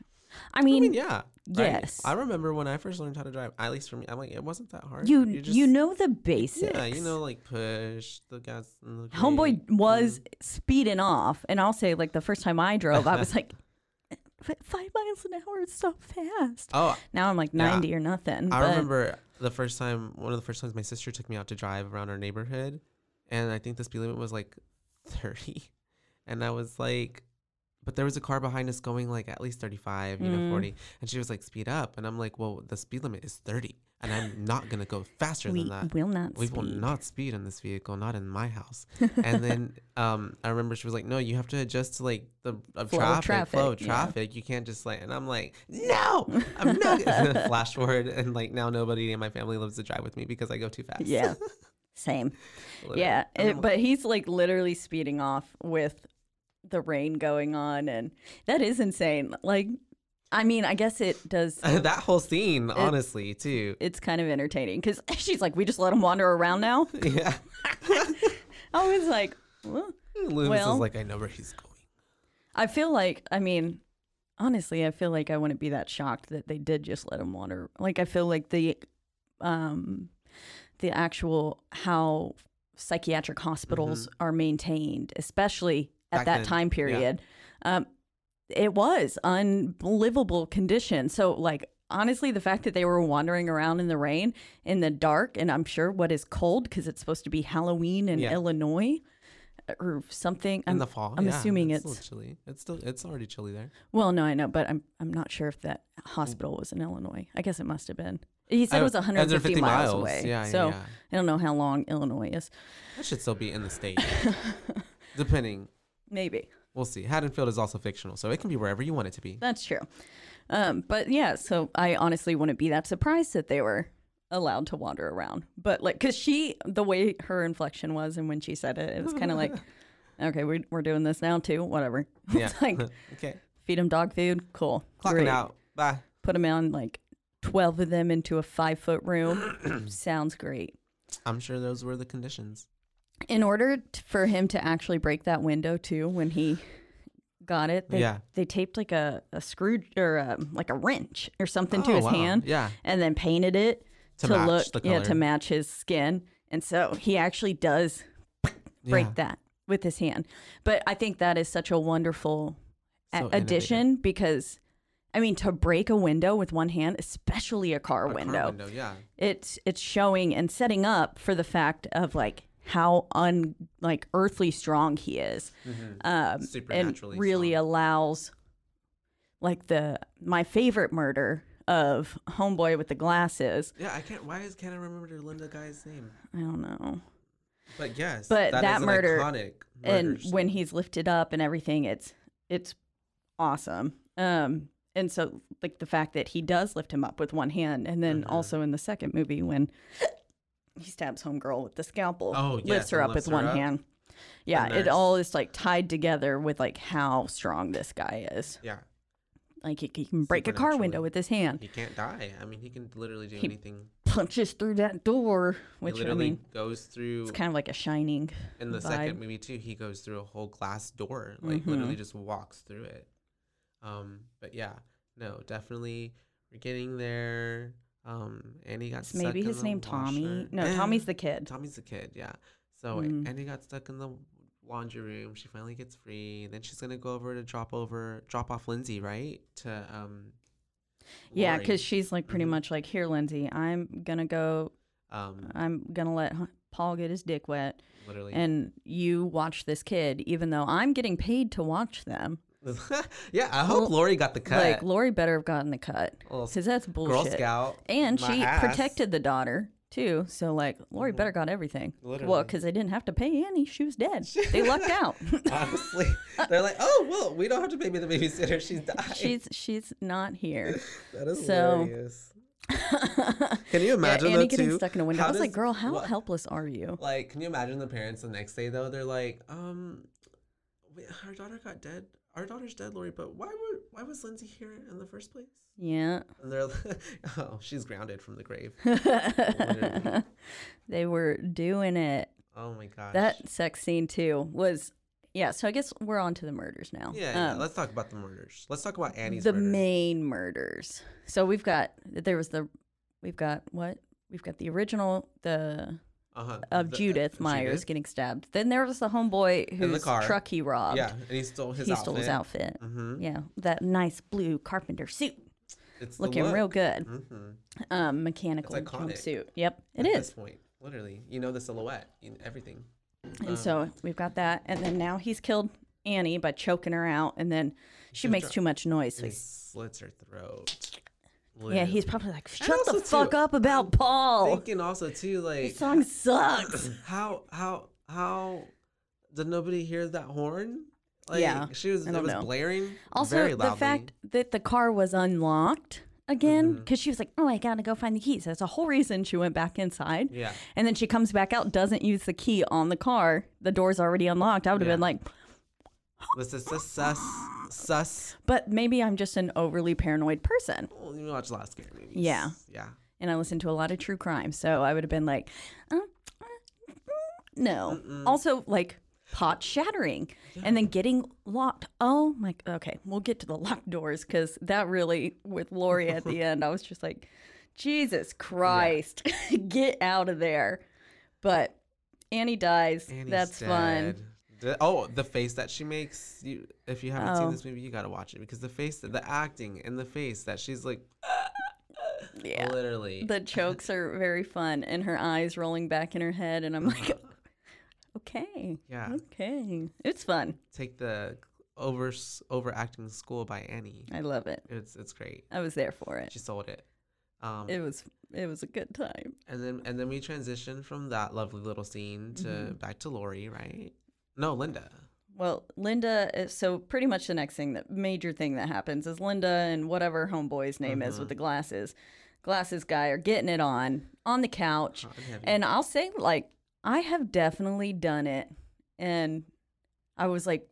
B: I
C: I
B: mean,
C: mean, yeah. right.
B: yes.
C: I remember when I first learned how to drive, at least for me, I'm like, it wasn't that hard.
B: you
C: You're
B: you
C: just-
B: know the basics.
C: Yeah, you know, like push the gas. and the brake.
B: Homeboy was
C: Mm-hmm.
B: speeding off, and I'll say, like the first time I drove, I was like, "F- five miles an hour is so fast.
C: Oh,
B: Now I'm like
C: Yeah.
B: ninety or nothing.
C: I
B: but-
C: remember the first time, one of the first times my sister took me out to drive around our neighborhood, and I think the speed limit was like 30. And I was like, but there was a car behind us going like at least 35, you
B: Mm.
C: know, 40. And she was like, speed up. And I'm like, well, the speed limit is 30, and I'm not going to go faster
B: we
C: than that.
B: will not.
C: We will
B: speed.
C: not speed in this vehicle, not in my house. and then um, I remember she was like, "No, you have to adjust to like the of
B: Flow of
C: traffic, flow of
B: traffic, yeah.
C: traffic. You can't just like." And I'm like, "No, I'm not." gonna-" Flash forward, and like now nobody in my family loves to drive with me because I go too fast.
B: Yeah. Same.
C: Literally.
B: Yeah.
C: And
B: it-
C: I'm like,
B: but he's like literally speeding off with the rain going on. And that is insane. Like, I mean, I guess it does.
C: that whole scene, honestly, too.
B: It's kind of entertaining because she's like, we just let him wander around now.
C: Yeah,
B: I was like, "Well."
C: Loomis
B: Well-
C: is like, "I know where he's going."
B: I feel like, I mean, honestly, I feel like I wouldn't be that shocked that they did just let him wander. Like, I feel like the, um, the actual how psychiatric hospitals are maintained, especially at
C: Mm-hmm. Back
B: that
C: then,
B: time
C: yeah.
B: period, um, it was unlivable condition. So, like, honestly, the fact that they were wandering around in the rain, in the dark, and I'm sure what is cold because it's supposed to be Halloween in
C: Yeah.
B: Illinois or something.
C: In
B: I'm-
C: the fall,
B: I'm
C: yeah,
B: assuming
C: it's,
B: it's-
C: still chilly. It's still it's already chilly there.
B: Well, no, I know, but I'm I'm not sure if that hospital was in Illinois. I guess it must have been. He said
C: Mm. I-
B: it was 150
C: 150
B: miles,
C: miles.
B: away.
C: Yeah, yeah,
B: so
C: yeah.
B: I don't know how long Illinois is.
C: That should still be in the state, depending.
B: Maybe
C: We'll see. Haddonfield is also fictional, so it can be wherever you want it to be.
B: that's true. Um, but yeah, so I honestly wouldn't be that surprised that they were allowed to wander around. But like, cause she, the way her inflection was, and when she said it, it was kind of like, okay, we, we're doing this now too. Whatever.
C: Yeah.
B: it's like
C: okay.
B: feed them dog food. Cool.
C: Clocking
B: Great.
C: out. Bye.
B: Put them on like 12 of them into a five foot room. Sounds great.
C: I'm sure those were the conditions.
B: in order t- for him to actually break that window too when he got it they,
C: Yeah.
B: they taped like a, a screw or a, like a wrench or something to
C: Oh,
B: his
C: wow.
B: hand
C: Yeah.
B: and then painted it
C: To
B: to,
C: match
B: look
C: the
B: yeah to
C: color.
B: match his skin and so he actually does break
C: Yeah.
B: that with his hand but i think that is such a wonderful a-
C: So
B: addition because i mean to break a window with one hand especially a car,
C: A car
B: window
C: window. Yeah.
B: it's it's showing and setting up for the fact of like how un like earthly strong he is um and
C: Supernaturally
B: really
C: strong.
B: allows like the my favorite murder of homeboy with the glasses.
C: Yeah, I can't. Why is can't I remember Linda guy's name?
B: I don't know.
C: But yes,
B: But that
C: is an
B: murder-
C: iconic murder
B: and
C: scene.
B: when he's lifted up and everything it's it's awesome um and so like the fact that he does lift him up with one hand and then
C: Mhm.
B: also in the second movie when he stabs homegirl with the scalpel
C: Oh,
B: lifts
C: yes,
B: her
C: and
B: up
C: lifts
B: with
C: her
B: one
C: up.
B: hand yeah
C: nurse.
B: it all is like tied together with like how strong this guy is
C: yeah,
B: like he, he can break a car window
C: Supernaturally.
B: with his hand
C: he can't die. I mean, he can literally do
B: He-
C: anything.
B: punches through that door
C: he
B: which i
C: literally
B: mean
C: goes through.
B: it's kind of like a shining
C: in the
B: vibe. Mm-hmm.
C: second movie too, he goes through a whole glass door, like literally just walks through it. Um, but yeah, no, definitely we're getting there. Um, and he got
B: It's
C: stuck
B: maybe
C: in
B: his
C: the
B: name tommy
C: washer.
B: no
C: Eh,
B: tommy's the kid
C: Tommy's the kid, yeah. So
B: Mm.
C: and he got stuck in the laundry room. She finally gets free. Then she's gonna go over to drop over, drop off Lindsay, right? To um,
B: Yeah,
C: Lori.
B: because she's like pretty
C: Mhm.
B: much like, here, Lindsay, I'm gonna go,
C: um,
B: I'm gonna let Hu- Paul get his dick wet,
C: literally,
B: and you watch this kid, even though I'm getting paid to watch them.
C: yeah. I hope
B: Well,
C: Lori got the cut.
B: Like Lori better have gotten the cut,
C: Little
B: because that's
C: Girl
B: bullshit.
C: Scout,
B: and
C: my
B: she
C: ass. Mm-hmm.
B: protected the daughter too, so like Lori better got everything. Well,
C: Literally.
B: because they didn't have to pay any, she was dead. they lucked out.
C: Honestly, they're like, oh well, we don't have to pay me the babysitter. She's dying.
B: she's she's not here.
C: that is
B: so-
C: hilarious. Can you imagine
B: yeah,
C: though
B: Annie getting
C: too?
B: stuck in a window.
C: How
B: I was like,
C: does-
B: girl, how
C: what-
B: helpless are you?
C: Like, can you imagine the parents the next day though? They're like, um, wait, our daughter got dead. Our daughter's dead, Lori. But why were why was Lindsay here in the first place?
B: Yeah.
C: And they're like, oh, she's grounded from the grave.
B: they were doing it.
C: Oh my gosh.
B: That sex scene too was yeah. So I guess we're on to the murders now.
C: Yeah, yeah,
B: Um,
C: let's talk about the murders. Let's talk about Annie's
B: the
C: murder.
B: main murders. So we've got there was the we've got what we've got the original the
C: uh-huh.
B: of
C: the- uh,
B: Judith Myers
C: Judith?
B: getting stabbed. Then there was the homeboy
C: the
B: whose
C: car.
B: truck he robbed.
C: Yeah, and he stole his
B: he
C: outfit.
B: stole his outfit.
C: Mm-hmm.
B: Yeah, that nice blue carpenter suit,
C: It's the
B: looking
C: look.
B: real good.
C: Mm-hmm.
B: Um, mechanical
C: iconic.
B: jumpsuit. Yep, it
C: at
B: is.
C: this point. Literally, you know the silhouette, you know everything.
B: And
C: Oh.
B: so we've got that. And then now he's killed Annie by choking her out. And then she makes too much noise. So
C: He
B: he's,
C: slits her throat.
B: yeah, he's
C: Literally.
B: probably like, shut the
C: also,
B: fuck
C: too,
B: up about Paul.
C: thinking also too like
B: This song sucks.
C: how how how did nobody hear that horn? Like
B: Yeah,
C: she was
B: I
C: it
B: don't
C: was
B: know.
C: blaring very
B: Also, the
C: loudly.
B: fact that the car was unlocked again,
C: Mm-hmm.
B: because she was like, oh, I gotta go find the keys. That's a whole reason she went back inside.
C: Yeah.
B: And then she comes back out, doesn't use the key on the car. The door's already unlocked. I would have
C: Yeah.
B: been like,
C: This is sus sus sus.
B: but maybe I'm just an overly paranoid person.
C: Well, you watch a lot of scary movies.
B: Yeah.
C: Yeah.
B: and I listen to a lot of true crime, so I would have been like, uh, uh, mm, no. Also, like pot shattering and then getting locked. Oh my! Okay, we'll get to the locked doors because that really, with Lori at the end, I was just like, Jesus Christ, get out of there! But Annie dies.
C: Annie's
B: That's
C: dead.
B: fun.
C: The- oh, the face that she makes. You, if you
B: Oh.
C: haven't seen this movie, you gotta watch it because the face, the acting, and the face that she's like,
B: Yeah.
C: literally.
B: The chokes are very fun, and her eyes rolling back in her head, and I'm like, okay,
C: Yeah.
B: okay, it's fun.
C: Take the over overacting school by Annie.
B: I love it.
C: It's it's great.
B: I was there for it.
C: She sold it. Um,
B: It was it was a good time.
C: and then and then we transition from that lovely little scene to
B: Mm-hmm.
C: back to Lori, right? No, Linda.
B: Well, Linda. uh, So pretty much the next thing that major thing that happens is Linda and whatever homeboy's name is with the glasses, glasses guy are getting it on on the couch.
C: Hot and heavy.
B: And I'll say like I have definitely done it, and I was like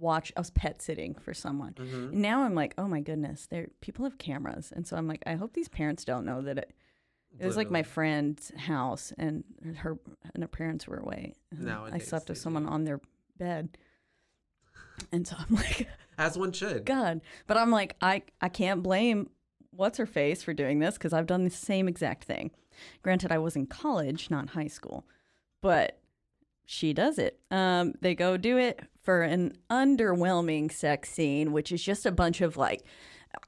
B: watch I was pet sitting for someone.
C: Mhm.
B: Now I'm like, oh my goodness, there people have cameras, and so I'm like, I hope these parents don't know that it. It was like my
C: Literally.
B: friend's house, and her and her parents were away. and I
C: Nowadays
B: slept with
C: they
B: someone on their bed, and so I'm like,
C: as one should.
B: God. But I'm like, I I can't blame what's her face for doing this because I've done the same exact thing. Granted, I was in college, not high school, but she does it. Um, they go do it for an underwhelming sex scene, which is just a bunch of like.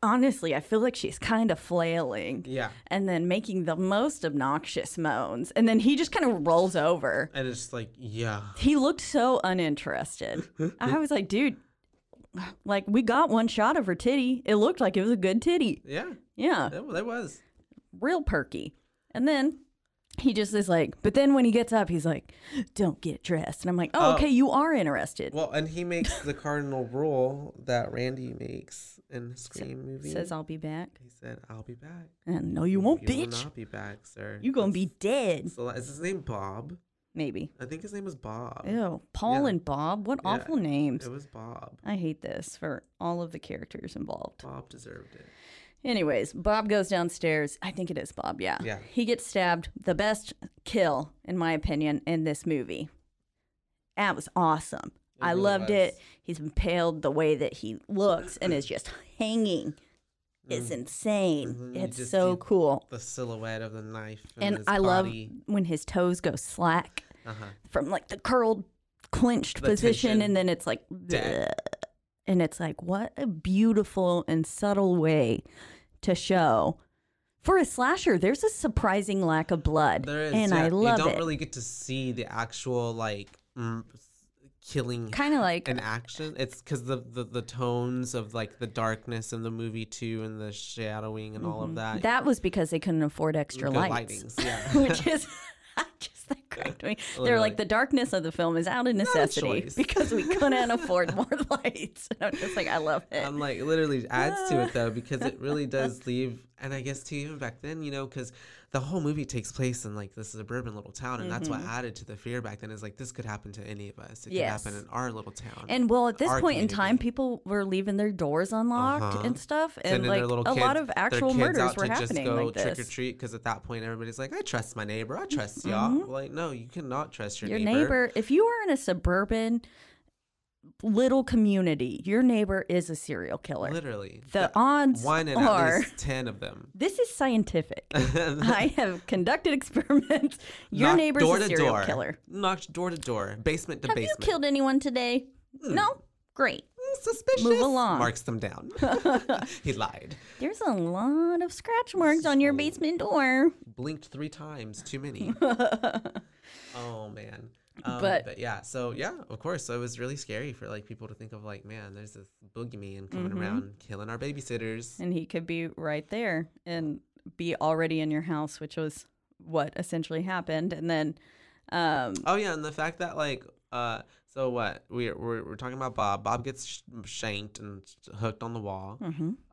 B: Honestly, I feel like she's kind of flailing
C: Yeah,
B: and then making the most obnoxious moans. And then he just kind of rolls over.
C: and it's like yeah.
B: He looked so uninterested. I was like, dude, Like we got one shot of her titty. It looked like it was a good titty.
C: Yeah,
B: Yeah.
C: that, that was.
B: real perky. And then he just is like, but then when he gets up, he's like, don't get dressed. And I'm like, oh,
C: Oh.
B: okay, you are interested.
C: Well, and he makes the cardinal rule that Randy makes in the Scream movie.
B: Says, I'll be back.
C: he said, "I'll be back."
B: And no, you won't,
C: will
B: bitch.
C: not be back, sir.
B: You're going to be dead.
C: So is his name Bob?
B: Maybe.
C: I think his name was Bob.
B: Ew. Paul
C: Oh, yeah.
B: and Bob. What
C: Yeah,
B: awful names.
C: It was Bob.
B: I hate this for all of the characters involved.
C: Bob deserved it.
B: Anyways, Bob goes downstairs. I think it is Bob, yeah.
C: Yeah.
B: He gets stabbed. The best kill, in my opinion, in this movie. That was awesome.
C: It
B: I
C: really
B: loved
C: was.
B: it. He's impaled the way that he looks and is just hanging. It's insane.
C: Mhm, you
B: It's
C: Mm-hmm. just
B: so
C: see
B: cool.
C: The silhouette of the knife.
B: And
C: his
B: I
C: body.
B: love when his toes go slack
C: Uh-huh.
B: from like the curled, clenched
C: The
B: position,
C: tension.
B: and then it's like,
C: Dead.
B: and it's like, what a beautiful and subtle way to show. For a slasher, there's a surprising lack of blood,
C: There is.
B: and
C: yeah.
B: I love
C: You don't
B: it.
C: really get to see the actual like mm, s- killing
B: kind of like
C: in action. It's because the, the the tones of like the darkness in the movie too, and the shadowing and all of that.
B: Mm-hmm. that was because they couldn't afford extra
C: Good
B: lights,
C: lightings, yeah.
B: which is. I just that cracked me. They're like
C: Literally.
B: the darkness of the film is out of necessity
C: choice.
B: because we couldn't afford more lights. And I'm just like, I love it.
C: I'm like, it literally adds to it though, because it really does leave. And I guess too, even back then, you know, because the whole movie takes place in like this suburban little town, and that's what added to the fear back then is like, this could happen to any of us. It could
B: Mm-hmm. Yes.
C: happen in our little town.
B: And well, at this
C: our
B: point in time,
C: community.
B: people were leaving their doors unlocked
C: Uh-huh.
B: and stuff, and
C: Sending
B: like
C: their
B: a
C: little
B: lot
C: kids-
B: of
C: their
B: actual
C: kids
B: murders
C: out
B: were
C: to
B: happening
C: just go
B: like
C: trick or
B: this.
C: treat because at that point everybody's like, I trust my neighbor, I trust y'all. Like, no, you cannot trust your,
B: Mm-hmm. Your neighbor. if you are in a suburban little community, your neighbor is a serial killer.
C: Literally,
B: The
C: Th-
B: odds
C: one in
B: are-
C: at least ten of them.
B: This is scientific. I have conducted experiments. Your
C: Knocked
B: neighbor's
C: door
B: a
C: to
B: serial
C: door.
B: killer.
C: Knocked door to door, basement to
B: Have
C: basement. Hmm.
B: you killed anyone today? No. Great.
C: suspicious.
B: Move along.
C: Marks them down. he lied.
B: There's a lot of scratch marks on your basement door.
C: Blinked three times. Too many. oh man. Um,
B: But-
C: but, yeah, so yeah, of course. So it was really scary for like people to think of like, man, there's this boogeyman coming around killing our babysitters.
B: Mm-hmm. and he could be right there and be already in your house, which was what essentially happened. And then, um,
C: Oh yeah, and the fact that like, uh, so what? We we're, we're talking about Bob. Bob gets sh- shanked and hooked on the wall.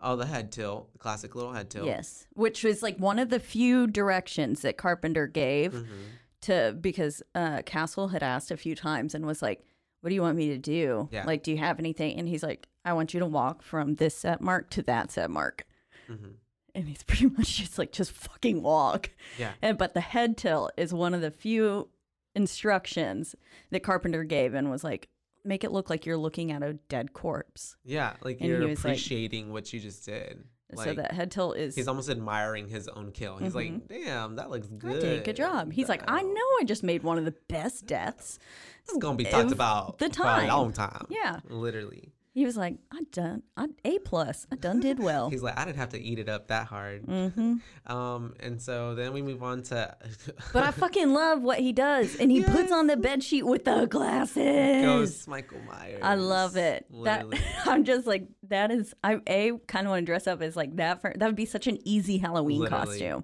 C: Oh, the head tilt, the classic little head tilt.
B: Mm-hmm. yes, which was like one of the few directions that Carpenter gave
C: Mm-hmm.
B: to because uh, Castle had asked a few times and was like, "What do you want me to do?
C: Yeah.
B: Like, do you have anything?" And he's like, "I want you to walk from this set mark to that set mark."
C: Mhm.
B: And he's pretty much just like, "Just fucking walk."
C: Yeah.
B: And but the head tilt is one of the few instructions that Carpenter gave and was like, make it look like you're looking at a dead corpse.
C: Yeah, like
B: And he
C: you're
B: was like-
C: appreciating what you just did. Like,
B: so that head tilt is
C: He's almost admiring his own kill. He's like, damn, that looks
B: Mm-hmm. I
C: good.
B: did a good job. He's like, I
C: Wow.
B: know I just made one of the best deaths.
C: This is going to be talked
B: of
C: about
B: the
C: for
B: time."
C: a long time.
B: Yeah.
C: Literally.
B: He was like, I done I A plus. I done did well.
C: He's like, I didn't have to eat it up that hard.
B: Mm.
C: Um, and so then we move on to
B: But I fucking love what he does. And he puts on the bed sheet with the glasses.
C: Ghost Michael Myers.
B: I love it. That
C: Literally.
B: I'm just like that is I a kind of want to dress up as like that for that would be such an easy Halloween
C: Literally.
B: costume.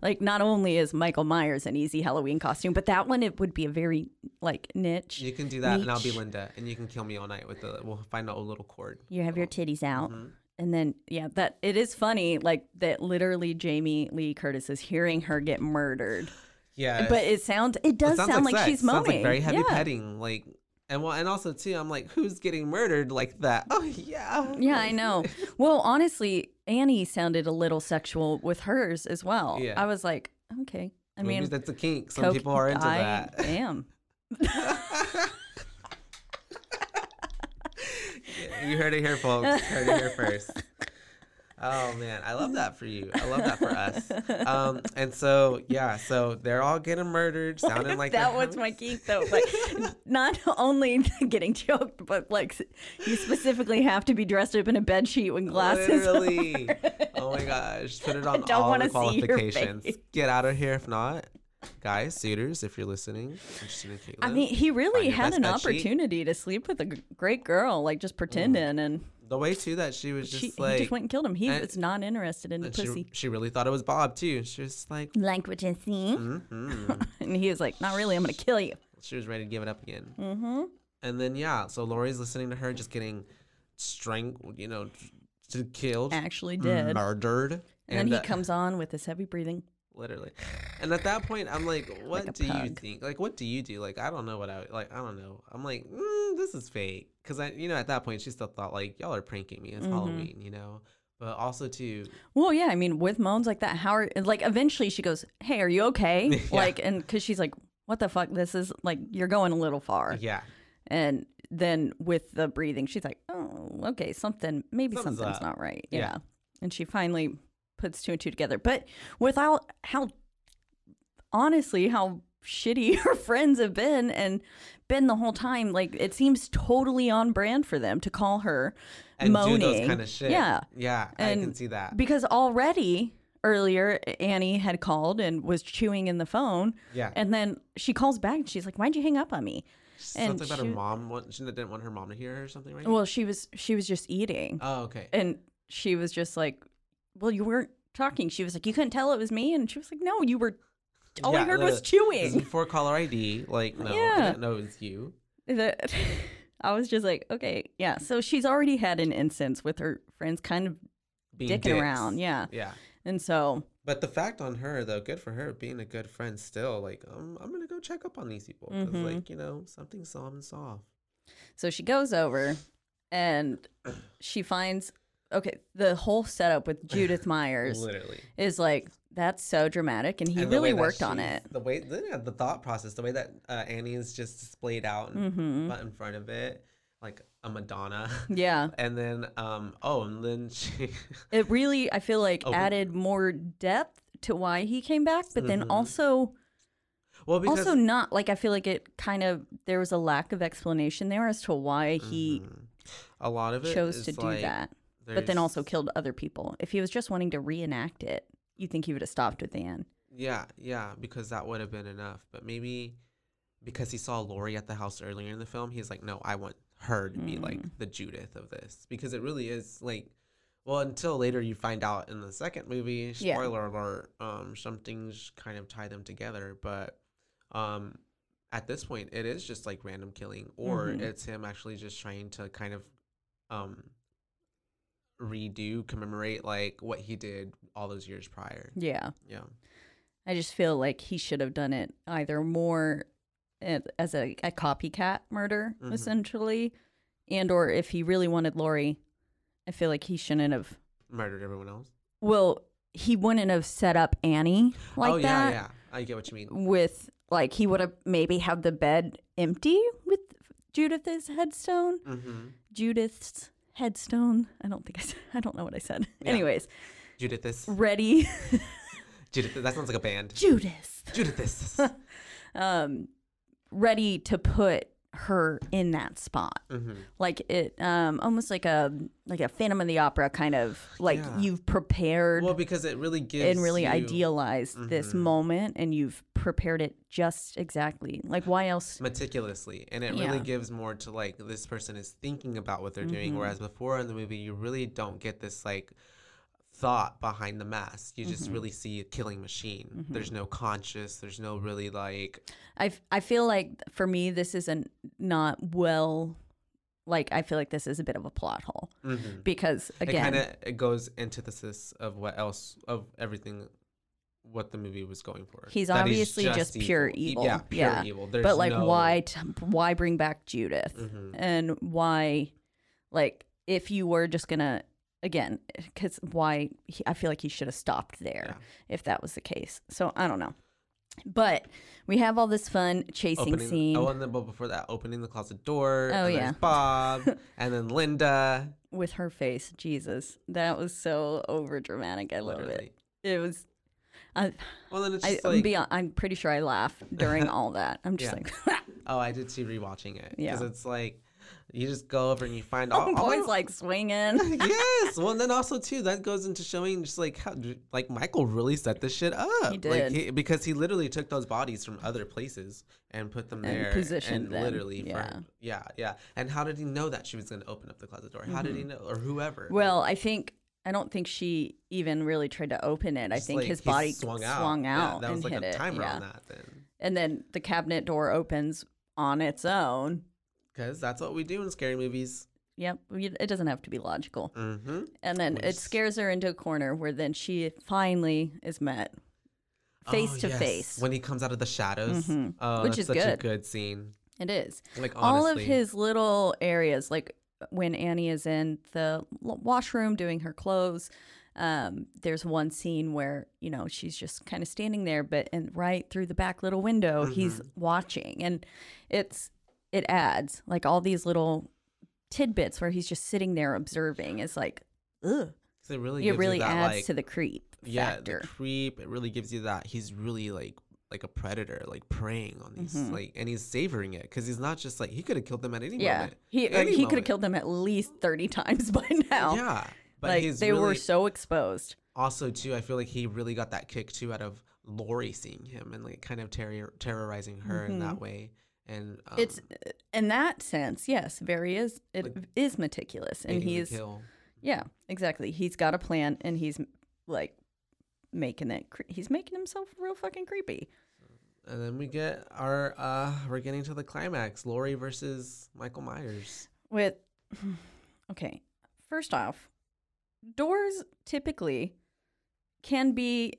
B: Like not only is Michael Myers an easy Halloween costume, but that one it would be a very like niche.
C: you can do that, and I'll be
B: Niche.
C: Linda, and you can kill me all night with the. We'll find a little cord.
B: You have your titties out.
C: Mm-hmm.
B: And then yeah, that it is funny like that literally Jamie Lee Curtis is hearing her get murdered.
C: Yeah,
B: But it sounds it does
C: sounds
B: sound like,
C: sex.
B: she's moaning.
C: Sounds like very heavy
B: yeah.
C: petting, like and well, and also too, I'm like, who's getting murdered like that? Oh yeah,
B: Yeah, I know. well, honestly, Annie sounded a little sexual with hers as well.
C: Yeah.
B: I was like, okay. I
C: Maybe
B: mean,
C: that's a kink. Some
B: coke-
C: people are into
B: I
C: that.
B: am.
C: you heard it here, folks. Heard it here first. Oh man, I love that for you. I love that for us. Um, and so yeah, so they're all getting murdered, sounding like
B: that
C: they're
B: was my kink, though. Like, not only getting choked, but like you specifically have to be dressed up in a bed sheet with glasses.
C: Literally. oh my gosh. Put it on
B: don't
C: all
B: wanna
C: the
B: see your
C: qualifications.
B: face.
C: Get out of here if not. guys, suitors, if you're listening, interested in Caitlin.
B: I mean, he really
C: your
B: had
C: best
B: an
C: bed sheet.
B: opportunity to sleep with a g- great girl, like just pretending, and
C: the way too that she was Mm. just
B: she,
C: like,
B: he just went and killed him. He
C: and-
B: was not interested in the
C: and she,
B: pussy.
C: she really thought it was Bob too. She was like,
B: Like what you see?
C: mhm.
B: And he was like, not really, I'm going to kill you.
C: she was ready to give it up again.
B: Mm-hmm.
C: Mm. And then yeah, so Lori's listening to her just getting strangled, you know, t- killed,
B: Actually did.
C: murdered,
B: And, then he
C: uh,
B: comes on with his heavy breathing.
C: literally. And at that point, I'm like, what
B: a
C: do you
B: pug.
C: think? Like, what do you do? Like, I don't know what I like. I don't know. I'm like, mm, this is fake. Because I, you know, at that point, she still thought like, y'all are pranking me. It's
B: Mhm.
C: Halloween, you know. But also too,
B: Well, yeah, I mean, with moans like that, how are like eventually she goes, "Hey, are you okay?"
C: Yeah.
B: Like, and because she's like, "What the fuck? This is like you're going a little far."
C: yeah,
B: And then with the breathing, she's like, "Oh, okay, something maybe
C: Something's
B: something's,
C: up."
B: not right."
C: Yeah.
B: Yeah. And she finally puts two and two together, but without how honestly how shitty her friends have been and been the whole time, like it seems totally on brand for them to call her
C: and
B: moaning.
C: do those kind of shit.
B: Yeah
C: yeah, I can
B: And
C: see that.
B: because already earlier Annie had called and was chewing in the phone.
C: Yeah.
B: And then she calls back and she's like, "Why'd you hang up on me?"
C: Something
B: and
C: about her
B: she-
C: mom. Want, she didn't want her mom to hear her or something, right?
B: Well, she was she was just eating,
C: oh, okay.
B: and she was just like, "Well, you weren't talking." She was like, "You couldn't tell it was me," and she was like, "No, you were." All I
C: Yeah,
B: heard was
C: literally. This is
B: chewing.
C: before caller ID. Like, no, I
B: Yeah.
C: didn't know it was you.
B: That- I was just like, okay, yeah. So she's already had an instance with her friends, kind of,
C: Being
B: Dicking
C: dicks.
B: around, yeah.
C: Yeah.
B: and so
C: But the fact on her though, good for her being a good friend still. Like, um, I'm gonna go check up on these people because,
B: Mhm.
C: like, you know, something's someone off.
B: So she goes over and she finds okay, the whole setup with Judith Myers
C: Literally,
B: is like that's so dramatic and he
C: And the way
B: really
C: that
B: worked on
C: she's-
B: it.
C: The way, the, yeah, the thought process, the way that uh, Annie is just displayed out and
B: Mhm.
C: butt in front of it, like a Madonna.
B: Yeah.
C: And then, um, oh, and then she,
B: It really I feel like
C: Oh.
B: added more depth to why he came back, but then
C: Mhm.
B: also
C: well, because
B: also not like I feel like it kind of there was a lack of explanation there as to why he
C: Mhm. a lot of it
B: chose to
C: is,
B: do
C: like,
B: that, but then
C: there's-
B: also killed other people. If he was just wanting to reenact it, you think he would have stopped at the end.
C: Yeah, yeah, because that would have been enough. But maybe because he saw Lori at the house earlier in the film, he's like, no, I want her to be
B: Mm.
C: like the Judith of this because it really is like. Well, until later you find out in the second movie,
B: Yeah.
C: spoiler alert, um, some things kind of tie them together, but um, at this point it is just like random killing, or
B: Mhm.
C: it's him actually just trying to kind of um, redo, commemorate like what he did all those years prior.
B: Yeah.
C: Yeah.
B: I just feel like he should have done it either more a- as a, a copycat murder,
C: Mhm.
B: essentially, and or if he really wanted Lori, I feel like he shouldn't have.
C: murdered everyone else.
B: Well, he wouldn't have set up Annie like
C: oh yeah,
B: that
C: yeah. I get what you mean.
B: with like he would have maybe had the bed empty with Judith's headstone.
C: hmm
B: Judith's headstone. I don't think I said. I don't know what I said.
C: Yeah.
B: Anyways,
C: Judith this.
B: ready,
C: Judith. That sounds like a band.
B: Judith.
C: Judith this.
B: um, ready to put her in that spot.
C: hmm
B: Like it, um, almost like a like a Phantom of the Opera kind of like
C: Yeah.
B: you've prepared
C: Well, because it really gives
B: and really
C: you-
B: idealized this
C: Mhm.
B: moment, and you've prepared it just exactly. Like why else?
C: meticulously, and it really
B: Yeah.
C: gives more to like this person is thinking about what they're doing.
B: Mhm.
C: Whereas before in the movie, you really don't get this like thought behind the mask. You
B: Mm-hmm.
C: just really see a killing machine. There's no conscious. There's no really like
B: I f- I feel like for me this isn't not well. Like I feel like this is a bit of a plot hole
C: mhm.
B: because again,
C: it kind of it goes antithesis of what else of everything what the movie was going for.
B: He's
C: That
B: obviously just pure
C: E-
B: evil.
C: Yeah, pure
B: Yeah.
C: evil. There's
B: but like
C: no-
B: why t- why bring back Judith
C: Mhm.
B: and why like if you were just gonna again because why he, I feel like he should have stopped there if that was the case so I don't know but we have all this fun chasing
C: opening,
B: scene
C: Oh, and then but before that, opening the closet door.
B: Oh,
C: and
B: yeah.
C: There's Bob, and then Linda.
B: with her face Jesus that was so over dramatic I love
C: Literally.
B: it it was I,
C: Well, then it's
B: I,
C: just like
B: be, I'm pretty sure I laughed during all that I'm just
C: Yeah.
B: like
C: oh, I did see rewatching it because
B: Yeah.
C: it's like You just go over and you find all, all
B: Homeboy's like swinging.
C: yes. Well, and then also too, that goes into showing just like how like Michael really set this shit up.
B: He
C: Like,
B: did.
C: because he literally took those bodies from other places and put them
B: And
C: there
B: positioned
C: and
B: them.
C: literally
B: Yeah.
C: for, yeah, yeah. And how did he know that she was going to open up the closet door? How did he know or whoever?
B: Mm-hmm. Well, I think I don't think she even really tried to open it. I
C: Just,
B: think
C: like,
B: his
C: he
B: body
C: swung
B: swung
C: out.
B: out,
C: Yeah, that
B: and
C: was like
B: hit
C: a
B: it.
C: timer
B: yeah.
C: on that then.
B: And then the cabinet door opens on its own.
C: Because that's what we do in scary movies.
B: Yep, we- it doesn't have to be logical.
C: Mm-hmm.
B: And then
C: We
B: it
C: just-
B: scares her into a corner where then she finally is met face to face.
C: Oh, When he comes out of the shadows.
B: Mhm.
C: Oh,
B: Which
C: that's
B: is
C: such a
B: good.
C: good scene.
B: It is.
C: Like
B: all
C: honestly,
B: of his little areas, like uh, when Annie is in the l- washroom doing her clothes. Um, there's one scene where you know she's just kind of standing there, but and right through the back little window, he's
C: Mm-hmm.
B: watching, and it's it adds like all these little tidbits where he's just sitting there observing. It's like, ugh,
C: 'cause it really,
B: it
C: gives you
B: really
C: that,
B: adds
C: like,
B: to the creep
C: yeah
B: factor.
C: the creep it really gives you that he's really like like a predator like preying on these
B: Mhm.
C: like and he's savoring it because he's not just like he could have killed them at any
B: yeah,
C: moment
B: he
C: Any
B: he could have
C: moment.
B: killed them at least thirty times by now.
C: yeah but
B: like
C: he's
B: they
C: really
B: were so exposed.
C: also too i feel like he really got that kick too out of lori seeing him and like kind of terror- terrorizing her in that way and um,
B: Mm-hmm. it's in that sense yes very is it is
C: like,
B: meticulous and
C: making the
B: he's
C: kill.
B: yeah exactly he's got a plan and he's like making it cre- he's making himself real fucking creepy
C: and then we get our uh we're getting to the climax lori versus michael myers
B: with okay first off doors typically can be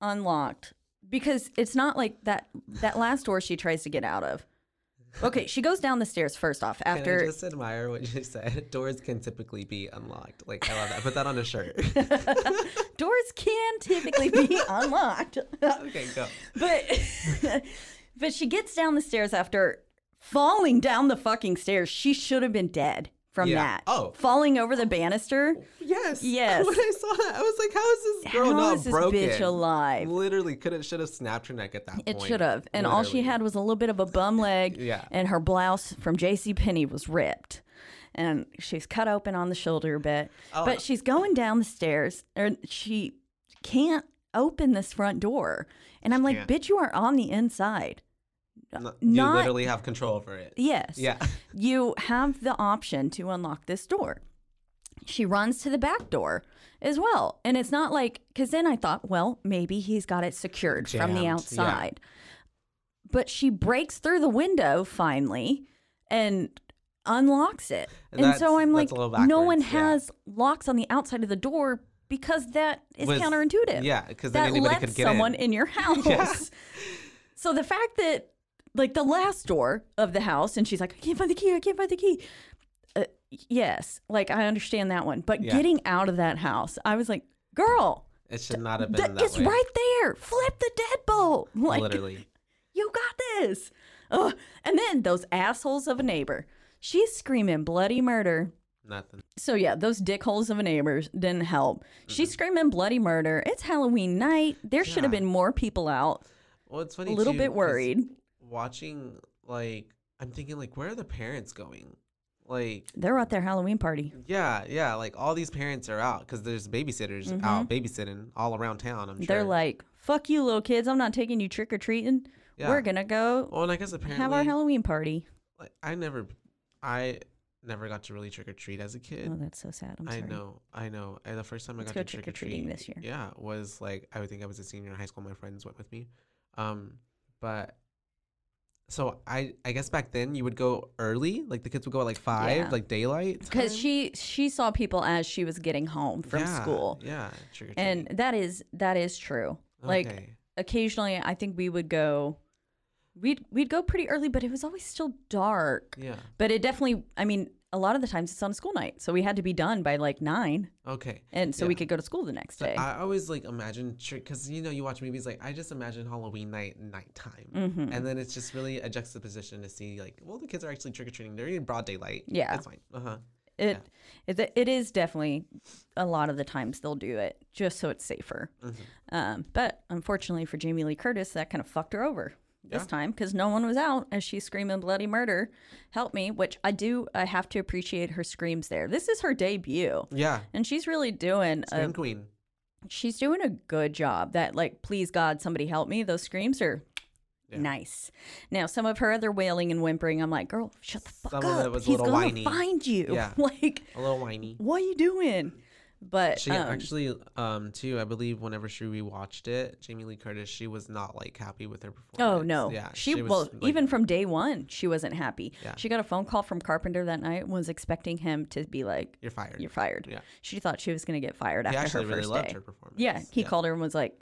B: unlocked because it's not like that that last door she tries to get out of okay she goes down the stairs first off
C: Can I
B: after
C: just admire what you said. Doors can typically be unlocked. Like I love that. Put that on a shirt.
B: doors can typically be unlocked
C: okay, go.
B: but but she gets down the stairs after falling down the fucking stairs. She should have been dead from
C: Yeah.
B: that.
C: Oh.
B: falling over the banister.
C: Yes.
B: Yes.
C: When I saw that, I was like, "How is this girl
B: How
C: not
B: is this
C: broken?
B: bitch alive?
C: Literally, could have should have snapped her neck at that
B: It
C: point.
B: should have. And all she
C: Literally.
B: had was a little bit of a bum leg.
C: Yeah.
B: And her blouse from J.C. Penney was ripped. And she's cut open on the shoulder a bit.
C: Oh,
B: but she's going down the stairs and she can't open this front door. And I'm like,
C: can't.
B: bitch, you are on the inside.
C: No-
B: not-
C: you literally have control over it.
B: Yes.
C: Yeah.
B: you have the option to unlock this door. She runs to the back door as well. And it's not like, because then I thought, well, maybe he's got it secured from
C: Jammed,
B: the
C: yeah.
B: outside. But she breaks through the window finally and unlocks it. And,
C: That's-
B: so I'm
C: that's
B: like,
C: a little
B: no one
C: backwards, yeah.
B: has locks on the outside of the door because that is
C: Was-
B: counterintuitive.
C: yeah, 'cause then
B: that
C: anybody
B: lets
C: could get in.
B: someone in your house. So the fact that like the last door of the house, and she's like, I can't find the key. I can't find the key. Uh, yes, like I understand that one, but
C: Yeah.
B: getting out of that house, I was like, girl,
C: It should not have been
B: that,
C: that
B: it's
C: way.
B: right there. Flip the deadbolt. Like
C: literally.
B: you got this. Ugh. And then those assholes of a neighbor, she's screaming bloody murder.
C: Nothing.
B: So yeah, those dickholes of a neighbor didn't help.
C: Mm-hmm.
B: She's screaming bloody murder. It's Halloween night. There should have
C: Yeah.
B: been more people out.
C: Well, it's
B: A
C: funny.
B: little
C: too,
B: bit
C: 'cause
B: worried.
C: Watching, like, I'm thinking, like, where are the parents going? Like,
B: They're at their Halloween party.
C: yeah, yeah, like all these parents are out because there's babysitters out babysitting all around town. I'm sure
B: Mm-hmm. They're like, "Fuck you, little kids! I'm not taking you trick or treating.
C: Yeah.
B: We're gonna go
C: Well, and I guess apparently
B: have our Halloween party."
C: like I never, I never got to really trick or treat as a kid.
B: Oh, that's so sad. I'm
C: I
B: sorry.
C: know, I know. And the first time I
B: Let's
C: got
B: go
C: to trick or
B: trick-or-treating
C: treat
B: this year.
C: yeah, was like I would think I was a senior in high school. My friends went with me, um, but so I, I guess back then you would go early, like the kids would go at like five,
B: Yeah.
C: like daylight,
B: because
C: time.
B: she she saw people as she was getting home from
C: Yeah,
B: school,
C: Yeah, trick or treat,
B: and that is that is true. Like
C: Okay.
B: occasionally, I think we would go. We'd we'd go pretty early, but it was always still dark.
C: yeah,
B: But it definitely, I mean, a lot of the times it's on a school night, so we had to be done by like nine,
C: okay.
B: and so we
C: Yeah.
B: could go to school the next
C: So
B: day.
C: I always like imagine trick because you know you watch movies like I just imagine Halloween night nighttime,
B: Mhm.
C: and then it's just really a juxtaposition to see like well the kids are actually trick or treating they're in broad daylight
B: Yeah.
C: that's fine uh huh
B: It, it it is definitely a lot of the times they'll do it
C: Mm-hmm.
B: just so it's safer. Um, but unfortunately for Jamie Lee Curtis, that kind of fucked her over. this time because no one was out as she's screaming bloody murder, help me, which I do, I have to appreciate her screams there. This is her debut.
C: Yeah.
B: And she's really doing
C: Scream
B: a,
C: Queen.
B: she's doing a good job. That like, please God, somebody help me. Those screams are
C: Yeah.
B: nice. Now some of her other wailing and whimpering, I'm like, girl, shut the fuck
C: Some of
B: up.
C: it was a
B: He's
C: little
B: gonna
C: whiny.
B: find you.
C: Yeah.
B: Like,
C: A little whiny.
B: what are you doing? But
C: She
B: um,
C: actually, um, too, I believe whenever she rewatched it, Jamie Lee Curtis, she was not like happy with her
B: Oh
C: performance.
B: no.
C: Yeah.
B: she,
C: was,
B: well,
C: like-
B: even from day one, she wasn't happy.
C: Yeah.
B: She got a phone call from Carpenter that night and was expecting him to be like,
C: you're fired.
B: "You're fired."
C: Yeah.
B: She thought she was going to get fired
C: He
B: after
C: actually
B: her
C: really
B: first
C: loved
B: day.
C: her performance.
B: Yeah, he called her and was like,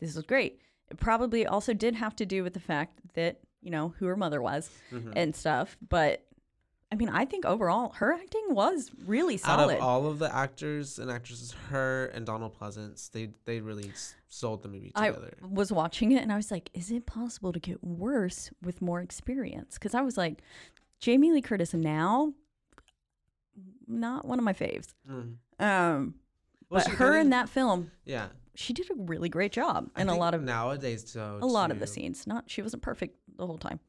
B: "This was great." It probably also did have to do with the fact that you know who her mother was
C: Mm-hmm.
B: and stuff, but. I mean, I think overall her acting was really solid.
C: Out of all of the actors and actresses, her and Donald Pleasance, they they really s- sold the movie
B: I
C: together.
B: was watching it and I was like, is it possible to get worse with more experience? Because I was like, Jamie Lee Curtis now, not one of my faves.
C: Mm.
B: Um,
C: Well,
B: but
C: she
B: her
C: kinda-
B: in that film,
C: yeah,
B: she did a really great job
C: I
B: in a
C: think
B: lot of
C: nowadays, so
B: a lot of the
C: too,
B: scenes. Not she wasn't perfect the whole time.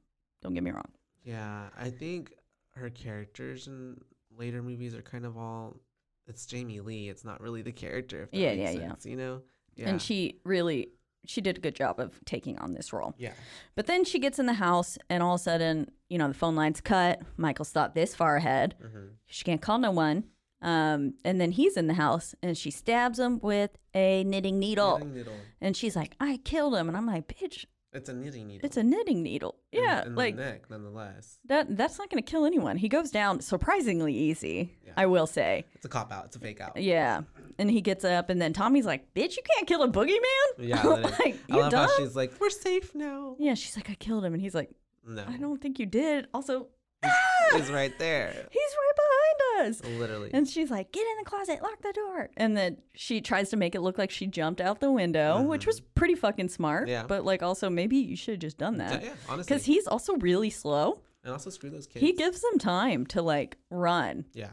B: Don't get me wrong.
C: Yeah, I think her characters in later movies are kind of all it's Jamie Lee. It's not really the character. If that
B: Yeah,
C: makes
B: yeah, yeah.
C: sense, You know. Yeah.
B: And she really she did a good job of taking on this role.
C: Yeah.
B: But then she gets in the house, and all of a sudden, you know, the phone line's cut. Michael's thought this far ahead.
C: Mm-hmm.
B: She can't call no one. Um, and then he's in the house, and she stabs him with a knitting needle.
C: Knitting needle.
B: And she's like, I killed him. And I'm like, bitch,
C: It's a knitting needle.
B: it's a knitting needle.
C: in-
B: Yeah.
C: In,
B: like,
C: the neck, nonetheless.
B: that, that's not going to kill anyone. He goes down surprisingly easy, I will say.
C: It's a cop out. It's a fake out.
B: Yeah. And he gets up, and then Tommy's like, bitch, you can't kill a boogeyman.
C: Yeah. that is-
B: like,
C: I
B: you
C: love
B: dumb.
C: how she's like, we're safe now.
B: Yeah, she's like, I killed him. And he's like,
C: No,
B: I don't think you did. Also,
C: he's right there.
B: he's right behind us.
C: Literally.
B: And she's like, get in the closet, lock the door. And then she tries to make it look like she jumped out the window, which was pretty fucking smart.
C: Mm-hmm. Yeah.
B: But like, also, maybe you should have just done that.
C: yeah, honestly.
B: Because he's also really slow.
C: and also screw those kids.
B: He gives them time to like run.
C: yeah.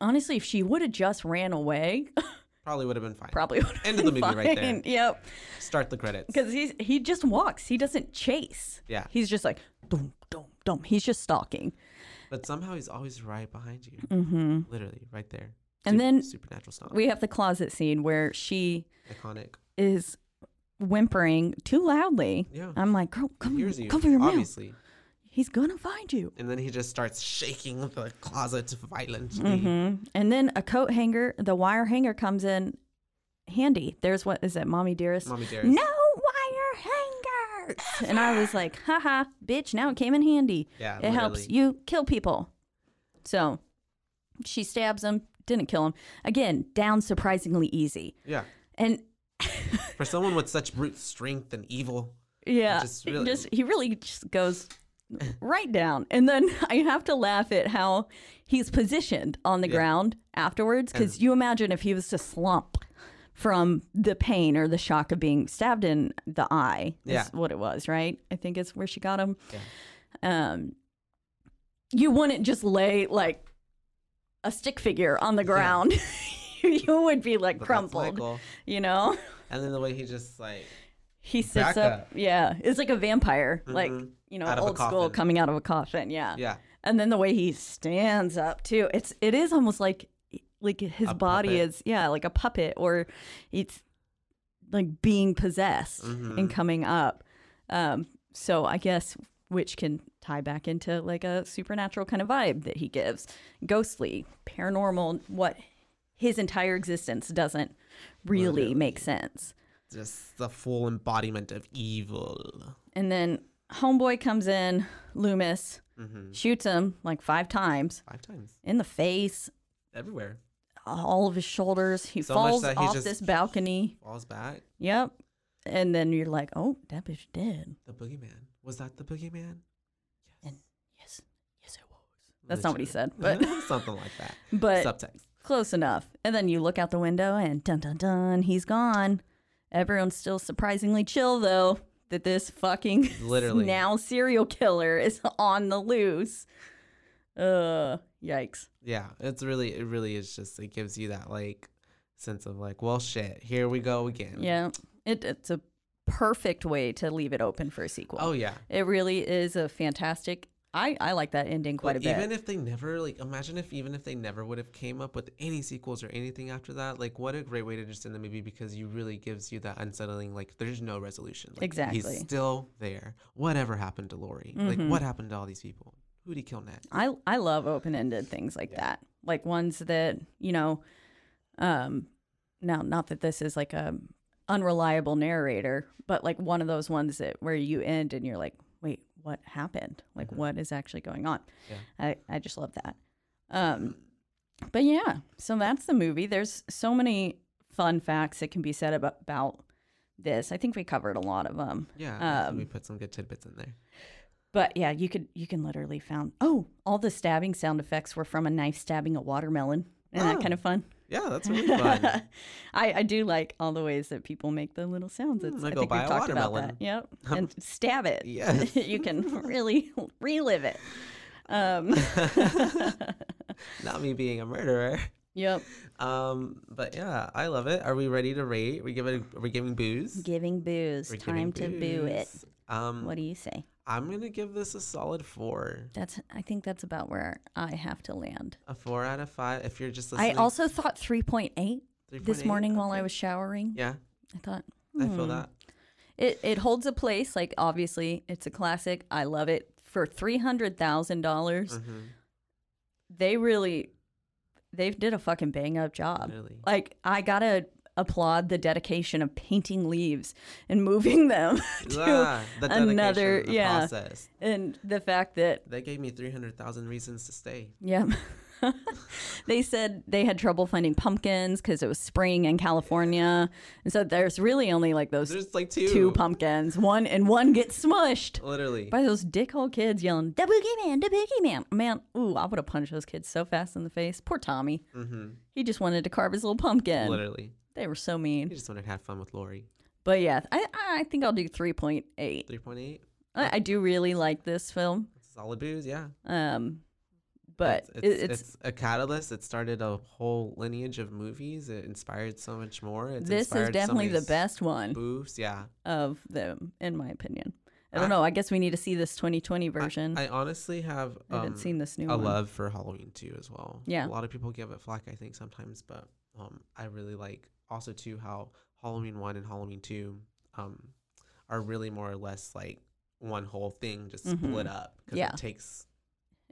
B: Honestly, if she would have just ran away,
C: Probably would have been fine.
B: probably would have
C: End of the movie right there.
B: Yep.
C: Start the credits.
B: Because he's he just walks. He doesn't chase.
C: Yeah.
B: He's just like, dum, dum, dum. He's just stalking.
C: But somehow he's always right behind you. Literally, right there.
B: Mm-hmm. And
C: Sup-
B: then
C: supernatural song.
B: We have the closet scene where she
C: Iconic.
B: is whimpering too loudly.
C: Yeah.
B: I'm like, girl, come,
C: Here's you.
B: come here now.
C: obviously.
B: He's gonna find you.
C: And then he just starts shaking the closet violently.
B: Mhm. And then a coat hanger, the wire hanger comes in handy. There's what is it, mommy dearest?
C: Mommy dearest.
B: No wire hangers. and I was like, haha, bitch. Now it came in handy.
C: Yeah,
B: it helps
C: literally.
B: you kill people. So she stabs him. Didn't kill him. Again, down surprisingly easy.
C: Yeah.
B: And
C: For someone with such brute strength and evil.
B: Yeah,
C: just
B: it
C: really-
B: just- he really just goes right down, and then I have to laugh at how he's positioned on the ground afterwards. Because you imagine if he was to slump from the pain or the shock of being stabbed in the eye, is
C: Yeah.
B: what it was, right? I think it's where she got him. Um, you wouldn't just lay like a stick figure on the ground. you would be like
C: But that's
B: crumpled,
C: Michael.
B: you know.
C: And then the way he just like
B: He sits
C: Back
B: up.
C: up.
B: Yeah. It's like a vampire, like,
C: Mhm.
B: you know,
C: Out of a
B: old school
C: coffin.
B: coming out of a coffin. Yeah.
C: Yeah.
B: And then the way he stands up too. It's it is almost like like his
C: A
B: body
C: puppet.
B: is yeah, like a puppet or it's like being possessed
C: Mm-hmm.
B: and coming up. Um so I guess which can tie back into like a supernatural kind of vibe that he gives. Ghostly, paranormal, what his entire existence doesn't really make sense.
C: just the full embodiment of evil.
B: And then homeboy comes in, Loomis
C: Mm-hmm.
B: shoots him like five times
C: Five times.
B: in the face,
C: Everywhere.
B: all of his shoulders. He
C: So much
B: falls
C: that he
B: off
C: just-
B: this balcony.
C: Falls back.
B: Yep. And then you're like, oh, that bitch dead.
C: The boogeyman. Was that the boogeyman?
B: And yes, yes, it was. That's not what he said, but
C: Literally. something like that.
B: but
C: Subtext.
B: close enough. And then you look out the window, and dun dun dun, he's gone. Everyone's still surprisingly chill though that this fucking
C: Literally.
B: now serial killer is on the loose. Uh, yikes.
C: Yeah, it's really, it really is just, it gives you that like sense of like, well, shit, here we go again.
B: Yeah, it, it's a perfect way to leave it open for a sequel.
C: Oh yeah.
B: It really is a fantastic. I, I like that ending quite
C: But
B: a bit.
C: even if they never like imagine if even if they never would have came up with any sequels or anything after that like what a great way to just end the movie because you really gives you that unsettling like there's no resolution like,
B: Exactly. Mm-hmm.
C: he's still there whatever happened to Lori like what happened to all these people who would he kill next
B: I I love open ended things like that, like ones that you know, um, now not that this is like a unreliable narrator, but like one of those ones that where you end and you're like, wait, what happened? Like,
C: Mm-hmm.
B: what is actually going on? I I just love that. Um, but yeah, so that's the movie. There's so many fun facts that can be said about, about this. I think we covered a lot of them.
C: yeah I think we
B: Um,
C: put some good tidbits in there
B: But yeah, you could you can literally found oh all the stabbing sound effects were from a knife stabbing a watermelon. Isn't that
C: Oh.
B: kind of fun?
C: yeah that's really fun
B: I, I do like all the ways that people make the little sounds. It's,
C: Hmm, like
B: I
C: go
B: think
C: buy
B: we've
C: a
B: talked
C: watermelon.
B: about that. Yep, and stab it.
C: Yes.
B: you can really relive it. Um,
C: not me being a murderer
B: yep,
C: um but yeah I love it are we ready to rate we give it we're giving booze
B: giving booze.
C: We're
B: Time to
C: giving
B: boo it.
C: booze. um
B: What do you say?
C: I'm gonna give this a solid four
B: That's I think that's about where I have to land.
C: A four out of five. If you're just
B: I
C: listening,
B: also thought three point eight this
C: 3.8?
B: morning while I was showering.
C: Yeah,
B: I thought hmm,
C: I feel that.
B: It it holds a place. Like obviously, it's a classic. I love it. For three dollars,
C: Mm. Mm-hmm.
B: they really they did a fucking bang up job.
C: Really.
B: Like I gotta applaud the dedication of painting leaves and moving them to
C: Yeah, ah, the dedication,
B: another
C: the
B: yeah,
C: process.
B: and the fact that
C: That gave me three hundred thousand reasons to stay.
B: yeah. they said they had trouble finding pumpkins because it was spring in California, and so there's really only like those
C: There's like two,
B: two pumpkins. One and one gets smushed.
C: literally.
B: by those dickhole kids yelling, "The boogeyman, the boogeyman!" Man, ooh, I would have punched those kids so fast in the face. Poor Tommy.
C: mm-hmm.
B: He just wanted to carve his little pumpkin.
C: Literally,
B: They were so
C: you
B: mean.
C: just wanted to have fun with Lori.
B: But yeah, I, I think I'll do 3.8.
C: Three point eight,
B: I, I do really like this film,
C: solid booze. Yeah,
B: um, but it-
C: it's,
B: it's,
C: it's, it's a catalyst. It started a whole lineage of movies. It inspired so much more. It's
B: this is
C: inspired so
B: definitely
C: many
B: the best one
C: Spoofs, yeah.
B: of them, in my opinion. I
C: I-
B: don't know. I guess we need to see this 2020
C: I-
B: version.
C: I, honestly have
B: I haven't
C: um,
B: seen this new
C: a
B: one.
C: love for Halloween too as well.
B: Yeah.
C: a lot of people give it flack, I think sometimes, but um, I really like also too how Halloween one and Halloween two um are really more or less like one whole thing just split up
B: Mm-hmm.
C: because
B: Yeah.
C: it takes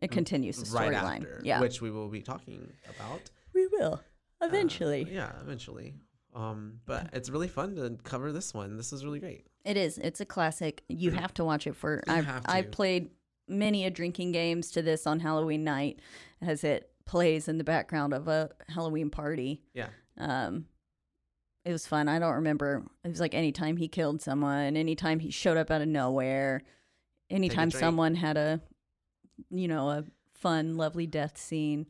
B: it continues the
C: right
B: storyline.
C: after,
B: yeah,
C: which we will be talking about
B: we will
C: uh,
B: eventually.
C: yeah, eventually. Um, but it's really fun to cover this one. This is really great.
B: It is. It's a classic. You have to watch it for.
C: Mm. You
B: I've,
C: have
B: I've
C: to.
B: played many a drinking games to this on Halloween night as it plays in the background of a Halloween party.
C: Yeah,
B: Um, it was fun. I don't remember. It was like anytime he killed someone, anytime he showed up out of nowhere, anytime
C: drink.
B: someone had a, you know, a fun, lovely death scene.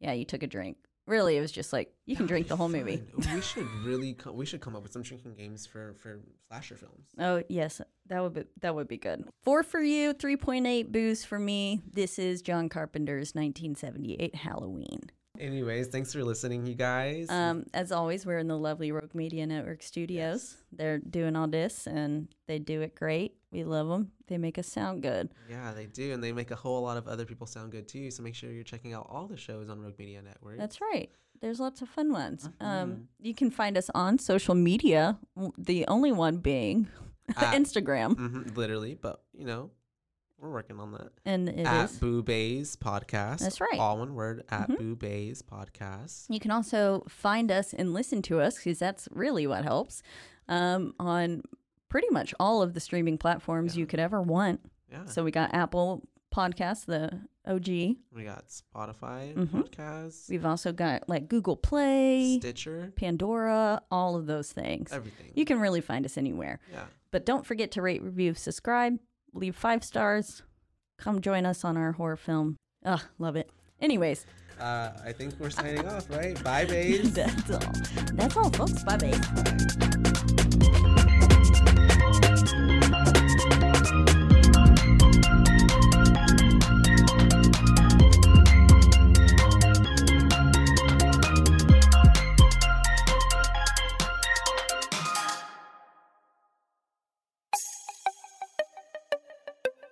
B: Yeah, you took a drink. Really, it was just like you can
C: That'd
B: drink
C: be
B: the whole movie.
C: fun. we should really co- we should come up with some drinking games for for slasher films.
B: Oh yes, that would be that would be good. Four for you, three point eight booze for me. This is John Carpenter's 1978 Halloween.
C: Anyways, thanks for listening, you guys.
B: Um, as always, we're in the lovely Rogue Media Network studios. They're doing all this, and they do it great. We love them. They make us sound good.
C: yeah, they do, and they make a whole lot of other people sound good too. So make sure you're checking out all the shows on Rogue Media Network.
B: That's right. There's lots of fun ones.
C: Uh-huh.
B: Um, you can find us on social media. w- The only one being
C: At-
B: Instagram,
C: Mhm, literally, but you know, we're working on that.
B: and it is.
C: at Boo Bays Podcast.
B: That's right. Mm-hmm.
C: All one word at Boo Bays Podcast.
B: You can also find us and listen to us because that's really what helps um, on pretty much all of the streaming platforms you could ever want.
C: Yeah,
B: So we got Apple Podcasts, the OG.
C: we got Spotify
B: Mhm.
C: podcasts,
B: We've also got like Google Play,
C: Stitcher,
B: Pandora, all of those things.
C: everything.
B: You can really find us anywhere.
C: yeah,
B: But don't forget to rate, review, subscribe, leave five stars. Come join us on our horror film. Ugh, love it. Anyways,
C: uh, I think we're signing off, right? Bye, Bays.
B: that's all. That's all, folks. Bye bye.